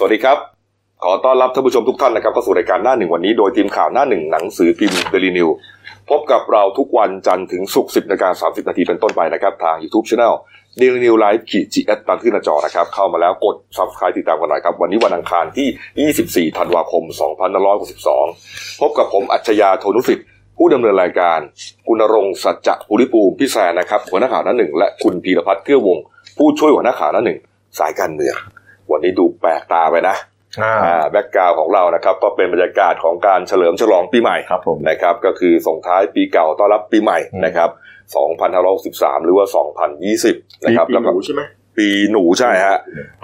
วัสดีครับ ขอต้อนรับท่านผู้ชมทุกท่านนะครับเข้าสู่รายการหน้าหนึ่งวันนี้โดยทีมข่าวหน้าหนึ่งหนังสือพิมพ์เดลีนิวพบกับเราทุกวันจันทร์ถึงศุกร์สิบนาฬิกาสามสิบนาทีเป็นต้นไปนะครับทางยูทูบช anel เดลีนิวไลฟ์ขีดจีเอสตามที่หน้าจอนะครับ เข้ามาแล้วกดซับสไครต์ติดตามกันหน่อยครับ วันนี้วันอังคารที่ 24ธันวาคม2562พบกับผมอัจฉริยะโทนุสิทธิ์ผู้ดำเนินรายการ คุณณรงค์สัจจะภูริภูมิพี่แซนนะครับหัวหน้าข่าวหน้าหนึ่งและคุณพีรพัฒน์เกื้อวงศ์ผู้ช่วยหัวหน้าข่าวหน้าหนึ่งสายการเมืองวันนี้ดูแปลกตาไปนะ อ่า แบ็กกราวของเรานะครับก็เป็นบรรยากาศของการเฉลิมฉลองปีใหม่ ครับผม นะครับก็คือส่งท้ายปีเก่าต้อนรับปีใหม่ อืม นะครับ2563 หรือว่า 2020นะครับ ปี แล้ว ห ก็ นูใช่ไหม ปีหนูใช่ฮะ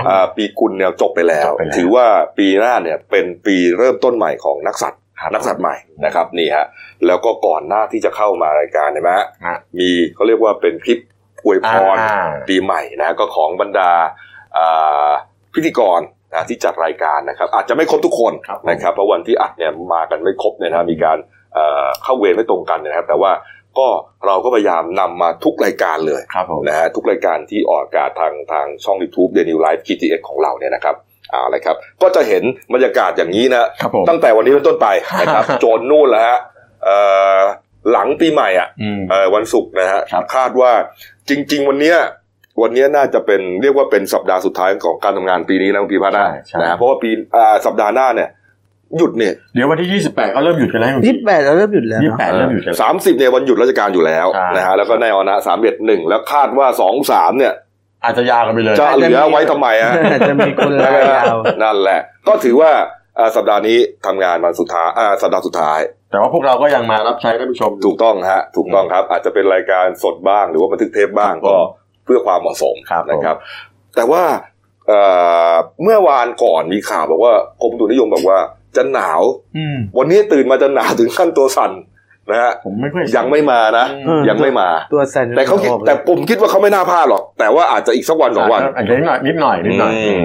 อ่าปีกุลเนี่ยจบไปแล้ว จบไปแล้ว ถือว่าปีหน้าเนี่ยเป็นปีเริ่มต้นใหม่ของนักสัตว์ ครับ นักสัตว์ใหม่นะครับนี่ฮะแล้วก็ก่อนหน้าที่จะเข้ามารายการเห็นไหมฮะ ฮะ มีเขาเรียกว่าเป็นคลิปอวยพ อ่าร ปีใหม่นะก็ของบรรดาอ่าพิธีกรนะที่จัดรายการนะครับ อาจจะไม่ครบทุกคน ครับผม นะครับเพราะวันที่อัดเนี่ยมากันไม่ครบเนี่ยนะมีการเอ่อเข้าเวรไม่ตรงกันเนยนะครับ แต่ว่าก็เราก็พยายามนำมาทุกรายการเลย ครับผม นะฮะทุกรายการที่ออกอากาศทางทางช่อง YouTube The New Life GTS ของเราเนี่ยนะครับเอาละครับ ก็จะเห็นบรรยากาศอย่างนี้นะ ครับผม ตั้งแต่วันนี้เป็นต้นไป นะครับ จนนู่นแล้วฮะเอ่อหลังปีใหม่อ่ะ อืม เอ่อวันศุกร์นะฮะ ครับ คาดว่าจริง ๆ วันเนี้ยวันเนี้ยน่าจะเป็นเรียกว่าเป็นสัปดาห์สุดท้ายของการทำงานปีนี้นะคุณปีพัฒน์นะ ใช่ใช่ นะฮะเพราะว่าปีอ่าสัปดาห์หน้าเนี่ยหยุดเนี่ย เดี๋ยววันที่ 28 ก็เริ่มหยุดกันแล้ว ยี่สิบแปดเราเริ่มหยุดแล้ว ยี่สิบเนอะ แปดเริ่มหยุดกันแล้ว สามสิบเนี่ยวันหยุดราชการอยู่แล้ว ใช่ นะฮะแล้วก็แน่นอนนะสามเอ็ดหนึ่งแล้วคาดว่าสองสามเนี่ย อาจจะยาวกันไปเลย จะเหลือไว้ทำไมฮะ อาจจะมีคนลา ใช่ไหมฮะ ยาว นั่นแหละ ก็ถือว่าอ่าสัปดาห์นี้ทำงานวันสุดท้ายอ่าสัปดาห์สุดท้าย แต่ว่าพวกเราก็ยังมารับใช้ท่านผู้ชมอยู่ ถูกต้องฮะถูกต้องครับ อาจจะเป็นรายการสดบ้างหรือว่าบันทึกเทปบ้างก็ ครับ เพื่อความเหมาะสม ครับ นะครับ แต่ว่าเอ่อเมื่อวานก่อนมีข่าวบอกว่ากรมอุตุนิยมบอกว่าจะหนาว อืม วันนี้ตื่นมาจะหนาวถึงขั้นตัวสั่นนะฮะ ผมไม่ค่อย ยังไม่มานะ อืม ยังไม่มา ตัวสั่น แต่เขาคิด รอบลย แต่ผมคิดว่าเขาไม่น่าพลาดหรอก แต่ว่าอาจจะอีกสักวันสองวัน อาจจะนิดหน่อยนิดหน่อยนิดหน่อย อืม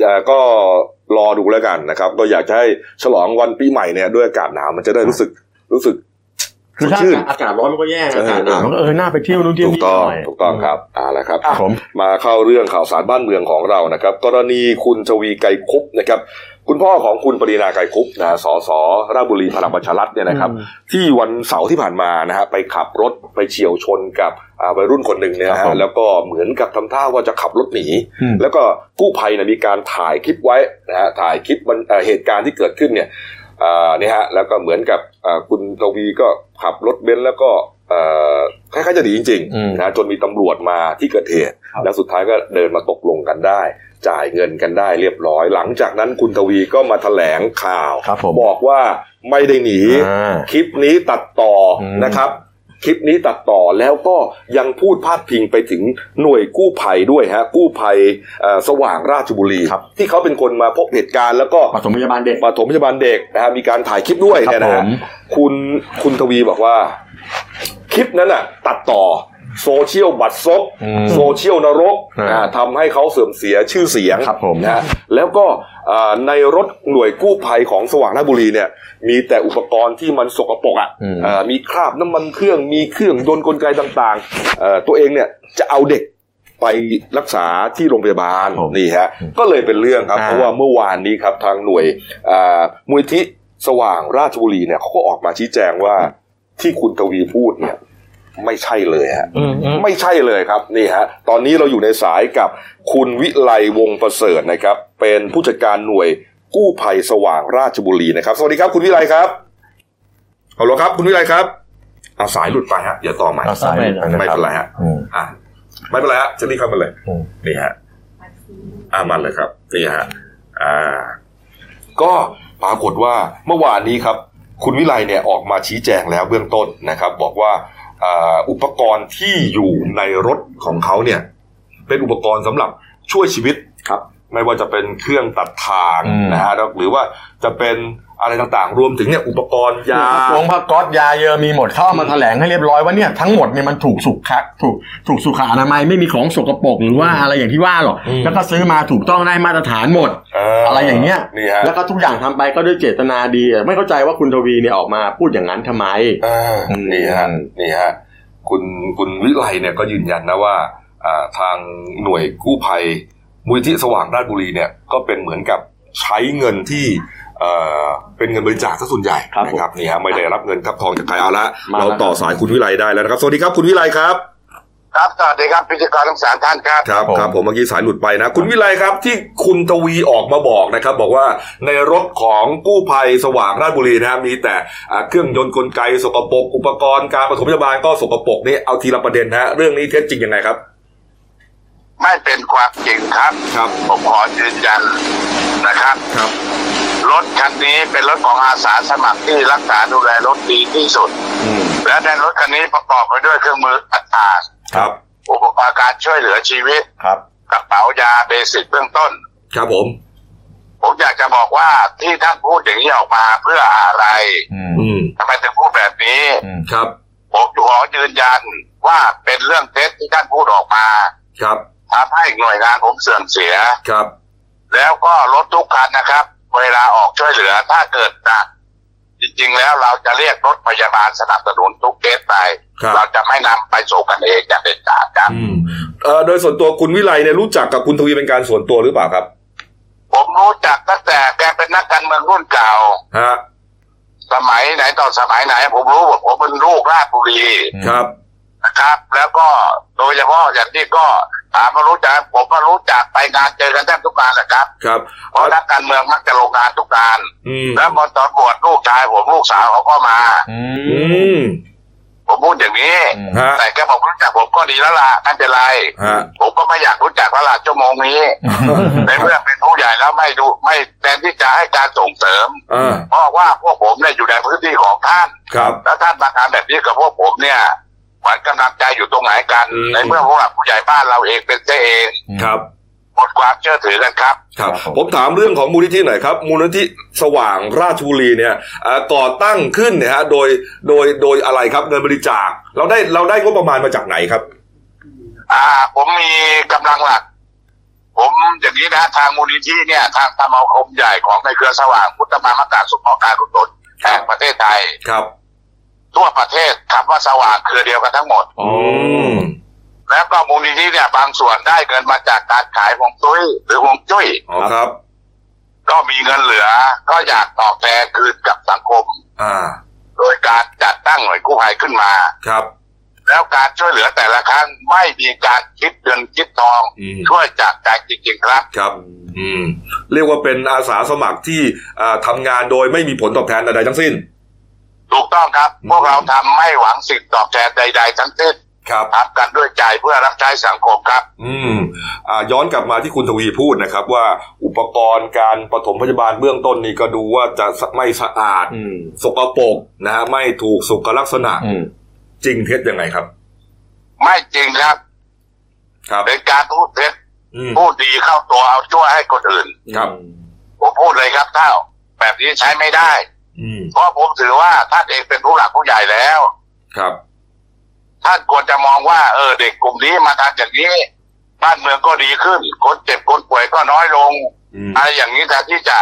เอ่อก็รอดูแล้วกันนะครับ ก็อยากจะให้ฉลองวันปีใหม่เนี่ยด้วยอากาศหนาวมันจะได้รู้สึกรู้สึก คือถ้า สดชื่น อากาศร้อนมันก็แย่นะ เออ อากาศหนาว เออ มันก็เออหน้าไปเที่ยวนู่นเที่ยว ถูก นี่ ต้อง หน่อย ถูกต้องครับเอ่าละครับ ผม มาเข้าเรื่องข่าวสารบ้านเมืองของเรานะครับ กรณีคุณชวีไกรคุปนะครับ คุณพ่อของคุณปรีนาไกรคุปนะสสราชบุรีพลังประชารัฐเนี่ยนะครับ อืม ที่วันเสาร์ที่ผ่านมานะฮะไปขับรถไปเฉียวชนกับอ่าวัยรุ่นคนหนึ่งเนี่ยนะฮะแล้วก็เหมือนกับทำท่าว่าจะขับรถหนี อืม แล้วก็กู้ภัยเนี่ยมีการถ่ายคลิปไว้นะฮะถ่ายคลิปมันเอ่อเหตุการณ์ที่เกิดขึ้นเนี่ยอ่าเนี่ยฮะแล้วก็เหมือนกับอ่าคุณทวีก็ขับรถเบนซ์แล้วก็เอ่อคล้ายๆจะหนีจริงๆนะจนมีตำรวจมาที่เกิดเหตุ แล้วสุดท้ายก็เดินมาตกลงกันได้ จ่ายเงินกันได้เรียบร้อย หลังจากนั้นคุณทวีก็มาแถลงข่าว ครับผม บอกว่าไม่ได้หนี อ่า คลิปนี้ตัดต่ออ ม นะครับ คลิปนี้ตัดต่อแล้วก็ยังพูดพาดพิงไปถึงหน่วยกู้ภัยด้วยฮะกู้ภัยเอ่อสว่างราชบุรี ที่เขาเป็นคนมาพบเหตุการณ์แล้วก็ ปฐมพยาบาลเด็ก ปฐมพยาบาลเด็กนะฮะมีการถ่ายคลิปด้วยเนี่ยนะ ผ ฮะ ม คุณคุณทวีบอกว่า คลิปนั้นน่ะตัดต่อโซเชียลบัตรซบ อืม โซเชียลนรก ฮะ อ่าทำให้เขาเสื่อมเสียชื่อเสียง ครับผม นะฮะแล้วก็อ่าในรถหน่วยกู้ภัยของสว่างราชบุรีเนี่ย มีแต่อุปกรณ์ที่มันสกปรกอ่ะ อืม อ่ามีคราบน้ำมันเครื่องมีเครื่องยนต์กลไกต่างๆเอ่อตัวเองเนี่ยจะเอาเด็กไปรักษาที่โรงพยาบาล ครับผม นี่ฮะก็เลยเป็นเรื่องครับ อ่า เพราะว่าเมื่อวานนี้ครับทางหน่วยอ่ามูลที่สว่างราชบุรีเนี่ยเขาก็ออกมาชี้แจงว่าที่คุณกวีพูดเนี่ยไม่ใช่เลยฮะ อืมอืม ไม่ใช่เลยครับนี่ฮะตอนนี้เราอยู่ในสายกับคุณวิไลวงศ์ประเสริฐนะครับ เป็นผู้จัดการหน่วยกู้ภัยสว่างราชบุรีนะครับ สวัสดีครับคุณวิไลครับฮัลโหลครับ คุณวิไลครับเอาสายหลุดไปฮะอย่าต่อใหม่ อาศัยอั ไม่เป็นไรฮะ อืม อ่ะไม่เป็นไรฮะจะรีบเข้ามาเลย อืม นี่ฮะอ่ามันเลยครับนี่ฮะอ่า ก็ปรากฏว่าเมื่อวานนี้ครับ คุณวิไลเนี่ยออกมาชี้แจงแล้วเบื้องต้นนะครับ บอกว่าอ่าอุปกรณ์ที่อยู่ในรถของเขาเนี่ย เป็นอุปกรณ์สำหรับช่วยชีวิตครับ ไม่ว่าจะเป็นเครื่องตัดทาง อืม นะฮะแล้วหรือว่าจะเป็นอะไรต่างๆ รวมถึงเนี่ยอุปกรณ์ยา โรงพักก๊อตยาเยอะมีหมดเข้าเอามาแถลงให้เรียบร้อยว่าเนี่ยทั้งหมดเนี่ยมันถูกสุขคักถูกถูกสุขอนามัยไม่มีของสกปรกหรือว่าอะไรอย่างที่ว่าหรอก อืม แล้วก็ซื้อมาถูกต้องได้มาตรฐานหมด อะไรอย่างเงี้ย นี่ฮะ แล้วก็ทุกอย่างทำไปก็ด้วยเจตนาดีอะไม่เข้าใจว่าคุณทวีเนี่ยออกมาพูดอย่างนั้นทำไม อ่า อืม นี่ฮะนี่ฮะคุณคุณวิไลเนี่ยก็ยืนยันนะว่าอ่าทางหน่วยกู้ภัยมูลที่สว่างราชบุรีเนี่ยก็เป็นเหมือนกับ ใช้เงินที่เอ่อเป็นเงินบริจาคซะส่วนใหญ่ ครับผม นะครับนี่ฮะไม่ได้รับเงินทับทองจากใครเอาละ มา เราต่อสายคุณวิไลได้แล้วนะครับ สวัสดีครับคุณวิไลครับ ครับสวัสดีครับพิธีกรทั้งสามท่านครับ ครับครับผมเมื่อกี้สายหลุดไปนะ คุณวิไลครับที่คุณทวีออกมาบอกนะครับ บอกว่าในรถของกู้ภัยสว่างราชบุรีนะฮะมีแต่อ่าเครื่องยนต์กลไกสกปรกอุปกรณ์การปฐมพยาบาลก็สกปรกนี่เอาทีละประเด็นนะฮะเรื่องนี้เท็จจริงยังไงครับ ไม่เป็นความจริงครับ ครับ ผมขอยืนยันนะครับ ครับ รถคันนี้เป็นรถของอาสาสมัครที่รักษาดูแลรถดีที่สุด อืม และในรถคันนี้ประกอบไปด้วยเครื่องมือต่าง ครับ ๆอุปกรณ์การช่วยเหลือชีวิต ครับ กระเป๋ายาเบสิกเบื้องต้น ครับผม ผมอยากจะบอกว่าที่ท่านพูดอย่างนี้ออกมาเพื่ออะไร อืม อืม ทำไมถึงพูดแบบนี้ อืม ครับ ผมขอยืนยันว่าเป็นเรื่องเท็จที่ท่านพูดออกมา ครับ ทำให้หน่วยงานผมเสื่อมเสีย ครับ แล้วก็รถทุกคันนะครับ เวลาออกช่วยเหลือถ้าเกิดหนะจริงๆแล้วเราจะเรียกรถพยาบาลสนับสนุนทุกเคสไป ครับ เราจะไม่นำไปสู่กันเองอย่างเด็ดขาดครับ อืมเอ่อโดยส่วนตัวคุณวิไลเนี่ยรู้จักกับคุณทวีเป็นการส่วนตัวหรือเปล่าครับ ผมรู้จักตั้งแต่แกเป็นนักการเมืองรุ่นเก่า ฮะ สมัยไหนต่อสมัยไหน ผมรู้ว่าผมเป็นลูกราชบุรี ครับ นะครับ แล้วก็โดยเฉพาะอย่างที่ก็ถามมารู้จัก ผมก็รู้จักไปงานเจอกันแทบทุกงานแหละครับ ครับ เพราะนักการเมืองมักจะลงงานทุกงาน อืม แล้วพอตอนบวชลูกชายผมลูกสาวเขาก็มา อื อื ม ม ผมพูดอย่างนี้ ฮะ แต่แกบอกรู้จักผมก็ดีแล้วล่ะไม่เป็นไร ฮะ ผมก็ไม่อยากรู้จักแล้วล่ะชั่วโมงนี้ ในเมื่อเป็นผู้ใหญ่แล้วไม่ดูไม่แทนที่จะให้การส่งเสริม อ่า เพราะว่าพวกผมเนี่ยอยู่ในพื้นที่ของท่าน ครับ แล้วท่านมาทำแบบนี้กับพวกผมเนี่ยหวังกำลังใจอยู่ตรงไหนกัน อืม ในเมื่อพวกเราผู้ใหญ่บ้านเราเองเป็นเจ้าเอง ครับ หมดความเชื่อถือกันครับ ครับ ผมถามเรื่องของมูลนิธิหน่อยครับ มูลนิธิสว่างราชบุรีเนี่ยเอ่อก่อตั้งขึ้นเนี่ยฮะโดยโดยโดยอะไรครับเงินบริจาค เราได้เราได้งบประมาณมาจากไหนครับ อ่า ผมมีกำลังหลัก ผมอย่างนี้นะทางมูลนิธิเนี่ย ทางสมาคมใหญ่ของในเครือสว่างพุทธมามกาสุขภการกุศลแห่งประเทศไทย ครับ ทั่วประเทศคำว่าสว่างเครือเดียวกันทั้งหมด อืม แล้วก็มูลนิธิเนี่ยบางส่วนได้เงินมาจากการขายฮวงจุ้ยหรือฮวงจุ้ย อ๋อครับ ก็มีเงินเหลือ ก็อยากตอบแทนคืนกับสังคม อ่า โดยการจัดตั้งหน่วยกู้ภัยขึ้นมา ครับ แล้วการช่วยเหลือแต่ละครั้งไม่มีการคิดเงินคิดทอง อืม ช่วยจากใจจริงๆครับ ครับ อืม เรียกว่าเป็นอาสาสมัครที่อ่าทำงานโดยไม่มีผลตอบแทนใดๆทั้งสิ้น ถูกต้องครับ พวกเราทำไม่หวังสิ่งตอบแทนใด ๆ ทั้งสิ้น ครับ ทำกันด้วยใจเพื่อรับใช้สังคมครับ อืมอ่าย้อนกลับมาที่คุณทวีพูดนะครับ ว่าอุปกรณ์การปฐมพยาบาลเบื้องต้นนี่ก็ดูว่าจะไม่สะอาด อืม สกปรกนะฮะไม่ถูกสุขลักษณะ อืม จริงเท็จยังไงครับ ไม่จริงครับ ครับ เป็นการพูดเท็จ อืม พูดดีเข้าตัวเอาชั่วให้คนอื่น ครับ ผมพูดเลยครับเท่าแบบนี้ใช้ไม่ได้ อืม เพราะผมถือว่าท่านเองเป็นผู้หลักผู้ใหญ่แล้ว ครับ ท่านควรจะมองว่า เออ เด็กกลุ่มนี้มาทำอย่างนี้ บ้านเมืองก็ดีขึ้น คนเจ็บคนป่วยก็น้อยลง อืม อะไรอย่างนี้แทนที่จะ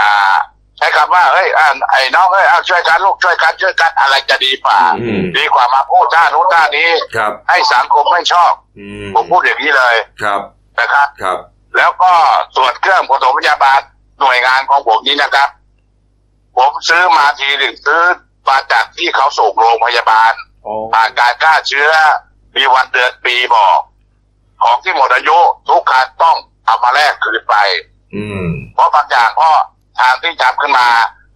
อ่า ใช้คำว่าเอ้ยอ่าไอ้น้องเอ้ยเอาช่วยกันลูกช่วยกันช่วยกันอะไรจะดีกว่า อืม ดีกว่ามาพูดท่านู้นท่านี้ ครับ ให้สังคมไม่ชอบ อืม ผมพูดอย่างนี้เลย ครับ นะครับ ครับ แล้วก็ส่วนเครื่องปฐมพยาบาลหน่วยงานของผมนี้นะครับ ผมซื้อมาทีหนึ่งซื้อมาจากที่เขาส่งโรงพยาบาล อ๋อ ผ่านการฆ่าเชื้อ มีวันเดือนปีบอก ของที่หมดอายุทุกคันต้องเอามาแลกคืนไป อืม เพราะบางอย่างก็ทางที่ทำขึ้นมา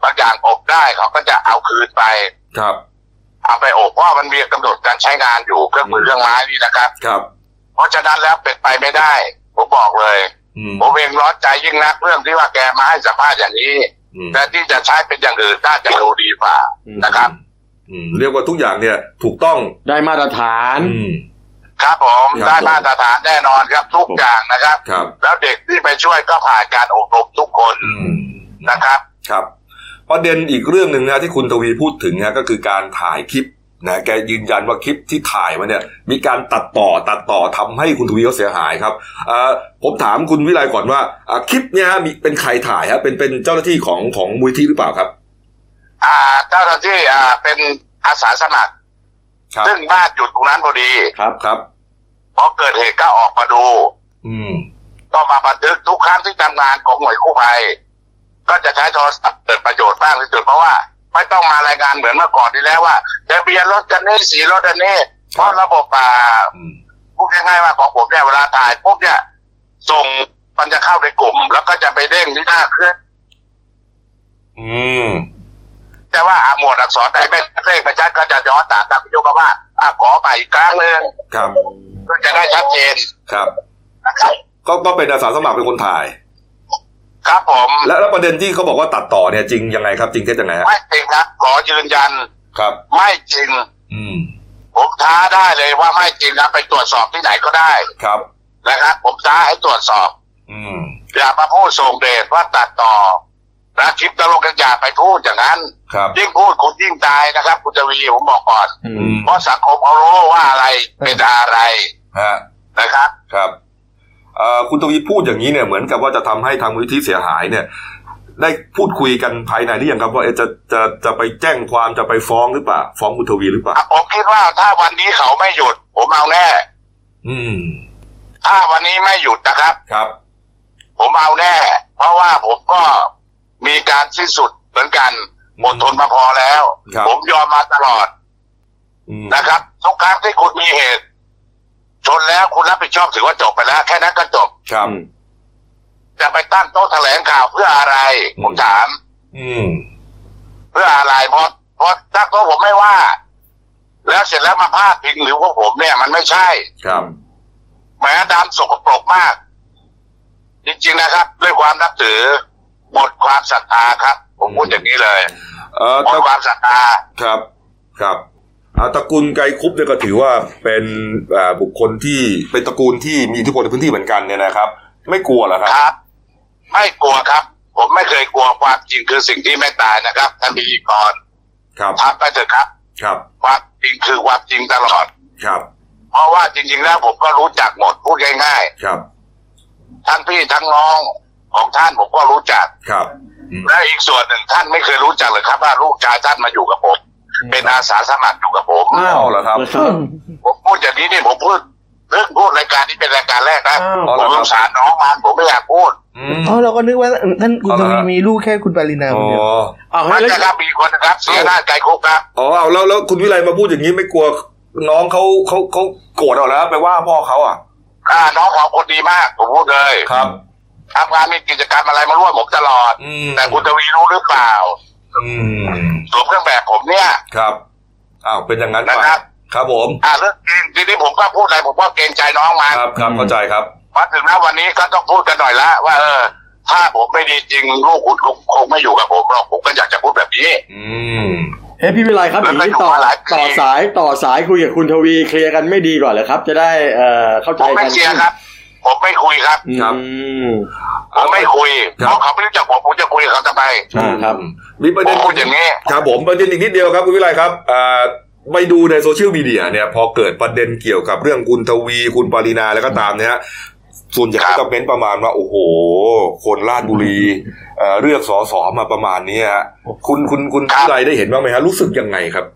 บางอย่างอบได้เขาก็จะเอาคืนไป ครับ เอาไปอบเพราะมันมีกำหนดการใช้งานอยู่เครื่องมือเครื่องไม้นี่นะครับ ครับ เพราะฉะนั้นแล้วเป็นไปไม่ได้ ผมบอกเลย อืม ผมเองร้อนใจยิ่งนักเรื่องที่ว่าแกมาให้สัมภาษณ์อย่างนี้ อืม แต่ที่จะใช้เป็นอย่างอื่นน่าจะดูดีกว่านะครับ อืมเรียกว่าทุกอย่างเนี่ยถูกต้อง ได้มาตรฐาน อืม ครับผม ครับ ได้มาตรฐานแน่นอนครับทุกอย่างนะครับ ครับ แล้วเด็กที่ไปช่วยก็ผ่านการอบรมทุกคน อืม นะครับ ครับประเด็นอีกเรื่องหนึ่งนะที่คุณทวีพูดถึงนะก็คือการถ่ายคลิปนะแกยืนยันว่าคลิปที่ถ่ายมาเนี่ย มีการตัดต่อตัดต่อทำให้คุณทวีเขาเสียหายครับเอ่อผมถามคุณวิไลก่อนว่าอ่ะคลิปเนี่ยฮะมีเป็นใครถ่ายฮะเป็นเป็นเจ้าหน้าที่ของของมูลที่หรือเปล่าครับ อ่าเจ้าหน้าที่อ่าเป็นอาสาสมัคร ครับ ซึ่งบ้านอยู่ตรงนั้นพอดี ครับ ครับ พอเกิดเหตุก็ออกมาดู อืม ต้องมาบันทึกทุกครั้งที่ทำงานของหน่วยกู้ภัย ก็จะใช้โทรศัพท์เกิดประโยชน์บ้างที่สุดเพราะว่า ไม่ต้องมารายงานเหมือนเมื่อก่อนที่แล้วว่าทะเบียนรถกันนี่สีรถกันนี่เพราะระบบอ่า อืม พูดง่ายๆว่าของผมเนี่ยเวลาถ่ายปุ๊บเนี่ยส่งมันจะเข้าในกลุ่ม แล้วก็จะไปเด้งที่หน้าเครื่อง อืม แต่ว่าอ่ะหมวดอักษรใดไม่เร่งไม่ชัดก็จะย้อนตัดตามวิทยุก็ว่าอ่ะขอไปอีกครั้งหนึ่ง ครับ เพื่อจะได้ชัดเจน ครับ นะครับ ก็ก็เป็นอาสาสมัครเป็นคนถ่าย ครับผม และแล้วประเด็นที่เขาบอกว่าตัดต่อเนี่ยจริงยังไงครับจริงเท็จยังไงฮะ ไม่จริงครับขอยืนยัน ครับ ไม่จริง อืม ผมท้าได้เลยว่าไม่จริงครับไปตรวจสอบที่ไหนก็ได้ ครับ นะครับผมท้าให้ตรวจสอบ อืม อย่ามาพูดส่งเดชว่าตัดต่อนะคลิปตลกกันอย่าไปพูดอย่างนั้น ครับ ยิ่งพูดคุณยิ่งตายนะครับ คุณจวีผมบอกก่อน อื อื ม ม เพราะสังคมเขารู้ว่าอะไรเป็นอะไร ฮะ นะครับ ครับเอ่อคุณทวีพูดอย่างนี้เนี่ยเหมือนกับว่าจะทำให้ทางมูลนิธิเสียหายเนี่ย ได้พูดคุยกันภายในหรือยังครับว่าเอ๊ะจะจะจะไปแจ้งความจะไปฟ้องหรือเปล่าฟ้องคุณทวีหรือเปล่า ผมคิดว่าถ้าวันนี้เขาไม่หยุด ผมเอาแน่ อืม ถ้าวันนี้ไม่หยุดนะครับ ครับ ผมเอาแน่ เพราะว่าผมก็มีการสิ้นสุดเหมือนกันอดทนมาพอแล้ว ครับ ผมยอมมาตลอด อืม นะครับ ทุกครั้งที่คุณมีเหตุ ชนแล้วคุณรับผิดชอบถือว่าจบไปแล้ว แค่นั้นก็จบ ครับ จะไปตั้งโต๊ะแถลงข่าวเพื่ออะไร ผมถาม อืม เพื่ออะไรเพราะเพราะตั้งโต๊ะผมไม่ว่า แล้วเสร็จแล้วมาพาดพิงหรือว่าผมเนี่ย มันไม่ใช่ ครับ แม้ดำสกปรกมาก จริงๆนะครับ ด้วยความนับถือหมดความศรัทธาครับ ผมพูดอย่างนี้เลย เอ่อ หมด ตระ ความศรัทธา ครับครับอ่าตระกูลไกรคุปเนี่ยก็ถือว่าเป็นอ่าบุคคลที่เป็นตระกูลที่มีอิทธิพลในพื้นที่เหมือนกันเนี่ยนะครับ ไม่กลัวเหรอครับ ครับ ไม่กลัวครับ ผมไม่เคยกลัวความจริงคือสิ่งที่ไม่ตายนะครับท่านพิธีกร ครับ ทำไปเถอะครับ ครับ ความจริงคือความจริงตลอด ครับ เพราะว่าจริง ๆ แล้วผมก็รู้จักหมดพูดง่าย ครับ ๆทั้งพี่ทั้งน้องของท่านผมก็รู้จัก ครับอืม และอีกส่วนหนึ่งท่านไม่เคยรู้จักเลยครับ ว่าลูกชายท่านมาอยู่กับผม เป็นอาสาสมัครอยู่กับผม อ้าว เอาเหรอครับ ผมพูดอย่างนี้นี่ผมพูดเรื่องพูดรายการนี้เป็นรายการแรกนะ อ้าว ผมสงสารน้องมันผมไม่อยากพูด อืม อ๋อเราก็นึกว่าท่านคุณ เอา ท ละ วี ฮะ มีลูกแค่คุณปารินาค อ๋ น อ เดียว อ้าว มั แล้ น ว จะครับมีคนนะครับ เสียหน้าใจคุกครับ อ๋อเอาแล้วแล้วคุณวิไลมาพูดอย่างนี้ไม่กลัวน้องเขาเขาเขาโกรธเอาแล้วไปว่าพ่อเขาอ่ะ อ่าน้องของคนดีมากผมพูดเลย ครับ ทำงานมีกิจกรรมอะไรมาร่วมผมตลอด อืม แต่คุณทวีรู้หรือเปล่า อืม สวมเครื่องแบบผมเนี่ย ครับอ้าวเป็นอย่างนั้นไป นะครับ ครับผม อ่าเรื่องจริงทีนี้ผมก็พูดอะไรผมก็เกรงใจน้องมัน ครับครับเข้าใจครับ มาถึงนะวันนี้ก็ต้องพูดกันหน่อยละว่าเออ ถ้าผมไม่ดีจริงลูกคุณคงคงไม่อยู่กับผมหรอกผมก็อยากจะพูดแบบนี้ อืม เอ้ยพี่วิไลครับอย่างนี้ต่อต่อสายต่อสายคุยกับคุณทวีเคลียร์กันไม่ดีก่อนเหรอครับ จะได้เอ่อเข้าใจ ผม กั ไม่ น เชียร์ครับ ผมไม่คุยครับ ครับ ผมไม่คุย ค เพ รับ ราะเขาไม่รู้จักผมผมจะคุยกับเขาทำไม ใช่ครับ มีประ ผ เด็ ม น พูดอย่างนี้ ครับผมประเด็นอีกนิดเดียวครับคุณวิไลครับอ่าไปดูในโซเชียลมีเดียเนี่ย พอเกิดประเด็นเกี่ยวกับเรื่องคุณทวี คุณปารีนาแล้วก็ตามเนี่ยฮะส่วนใหญ่ ครับ ก็เม้นประมาณว่าโอ้โห คนราชบุรีเอ่อเลือกสอสอมาประมาณนี้ฮะคุณคุณคุณวิไลได้เห็นบ้างไหมฮะรู้สึกยังไงครับ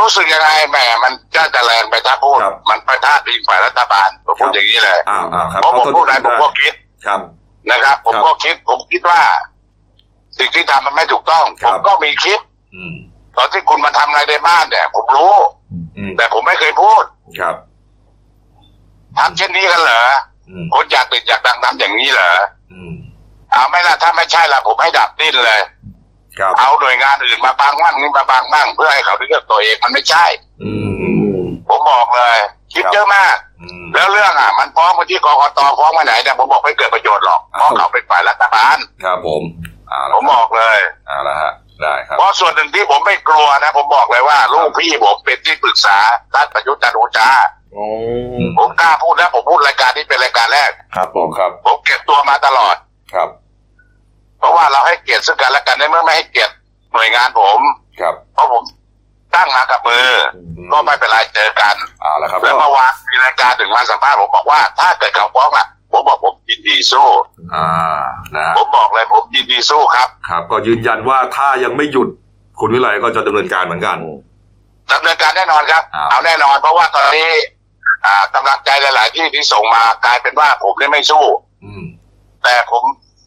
รู้สึกยังไงแหมมันจะจะแรงไปถ้าพูด ครับ มันไปท่าดิงฝ่ายรัฐบาลผมคพูรั ด บ อย่างนี้เลย อ้าวอ้าวครับ เพราะผมพูดอะไรผมก็ เข้าใจ คิด ครับ นะครับ ผม ครับ ก็คิด ผมคิดว่า สิ่งที่ทำมันไม่ถูกต้อง ค ผ รับ มก็มีคลิป อืม ตอนที่คุณมาทำอะไรในบ้านเนี่ย ผมรู้ อืม แต่ผมไม่เคยพูด ครับ ทำเช่นนี้กันเหรอ อืม คนอยากติดอยากดังทำอย่างนี้เหรอ อืม เอาไหม่ละถ้าไม่ใช่ละผมให้ดับดิ้นเลย ครับ เอาหน่วยงานอื่นมาบางบ้างนี่มาบางบ้างเพื่อให้เขาเลือกตัวเองมันไม่ใช่ อืม ผมบอกเลยคิด ครับ เยอะมาก อืม แล้วเรื่องอ่ะ มันฟ้องไปที่กกตฟ้องไปไหนเนี่ยผมบอกไม่เกิดประโยชน์หรอกเพ อ้าว ราะเขาเป็นฝ่ายรัฐบาล ครับผมเอา ผ ละ มบอกเลย เอาละฮะได้ครับ เพราะส่วนหนึ่งที่ผมไม่กลัวนะ ผมบอกเลยว่าลูกพี่ผมเป็นที่ปรึกษาด้านประยุทธ์จันทร์โอชา โอ้ ผมกล้าพูดนะผมพูดรายการนี้เป็นรายการแรก ครับผมครับ ผมเก็บตัวมาตลอด ครับ เพราะว่าเราให้เกียรติซึ่งกันและกันในเมื่อไม่ให้เกียรติหน่วยงานผม ครับ เพราะผมตั้งมากับมืออก็ไม่เป็นไรเจอกัน เอาละครับ แล้วเมื่อวานมีรายการถึงมาสัมภาษณ์ผมบอกว่า ถ้าเกิดเขาฟ้องอ่ะผมบอกผมยินดีสู้ อ่านะฮะ ผมบอกเลยผมยินดีสู้ครับ ครับ ก็ยืนยันว่าถ้ายังไม่หยุดคุณวิไลก็จะดำเนินการเหมือนกัน ดำเนินการแน่นอนครับ ครับ เอาแน่นอนเพราะว่าตอนนี้ อ่ากำลังใจหลาย ๆ ที่ที่ส่งมากลายเป็นว่าผมเนี่ยไม่สู้ อืม แต่ผม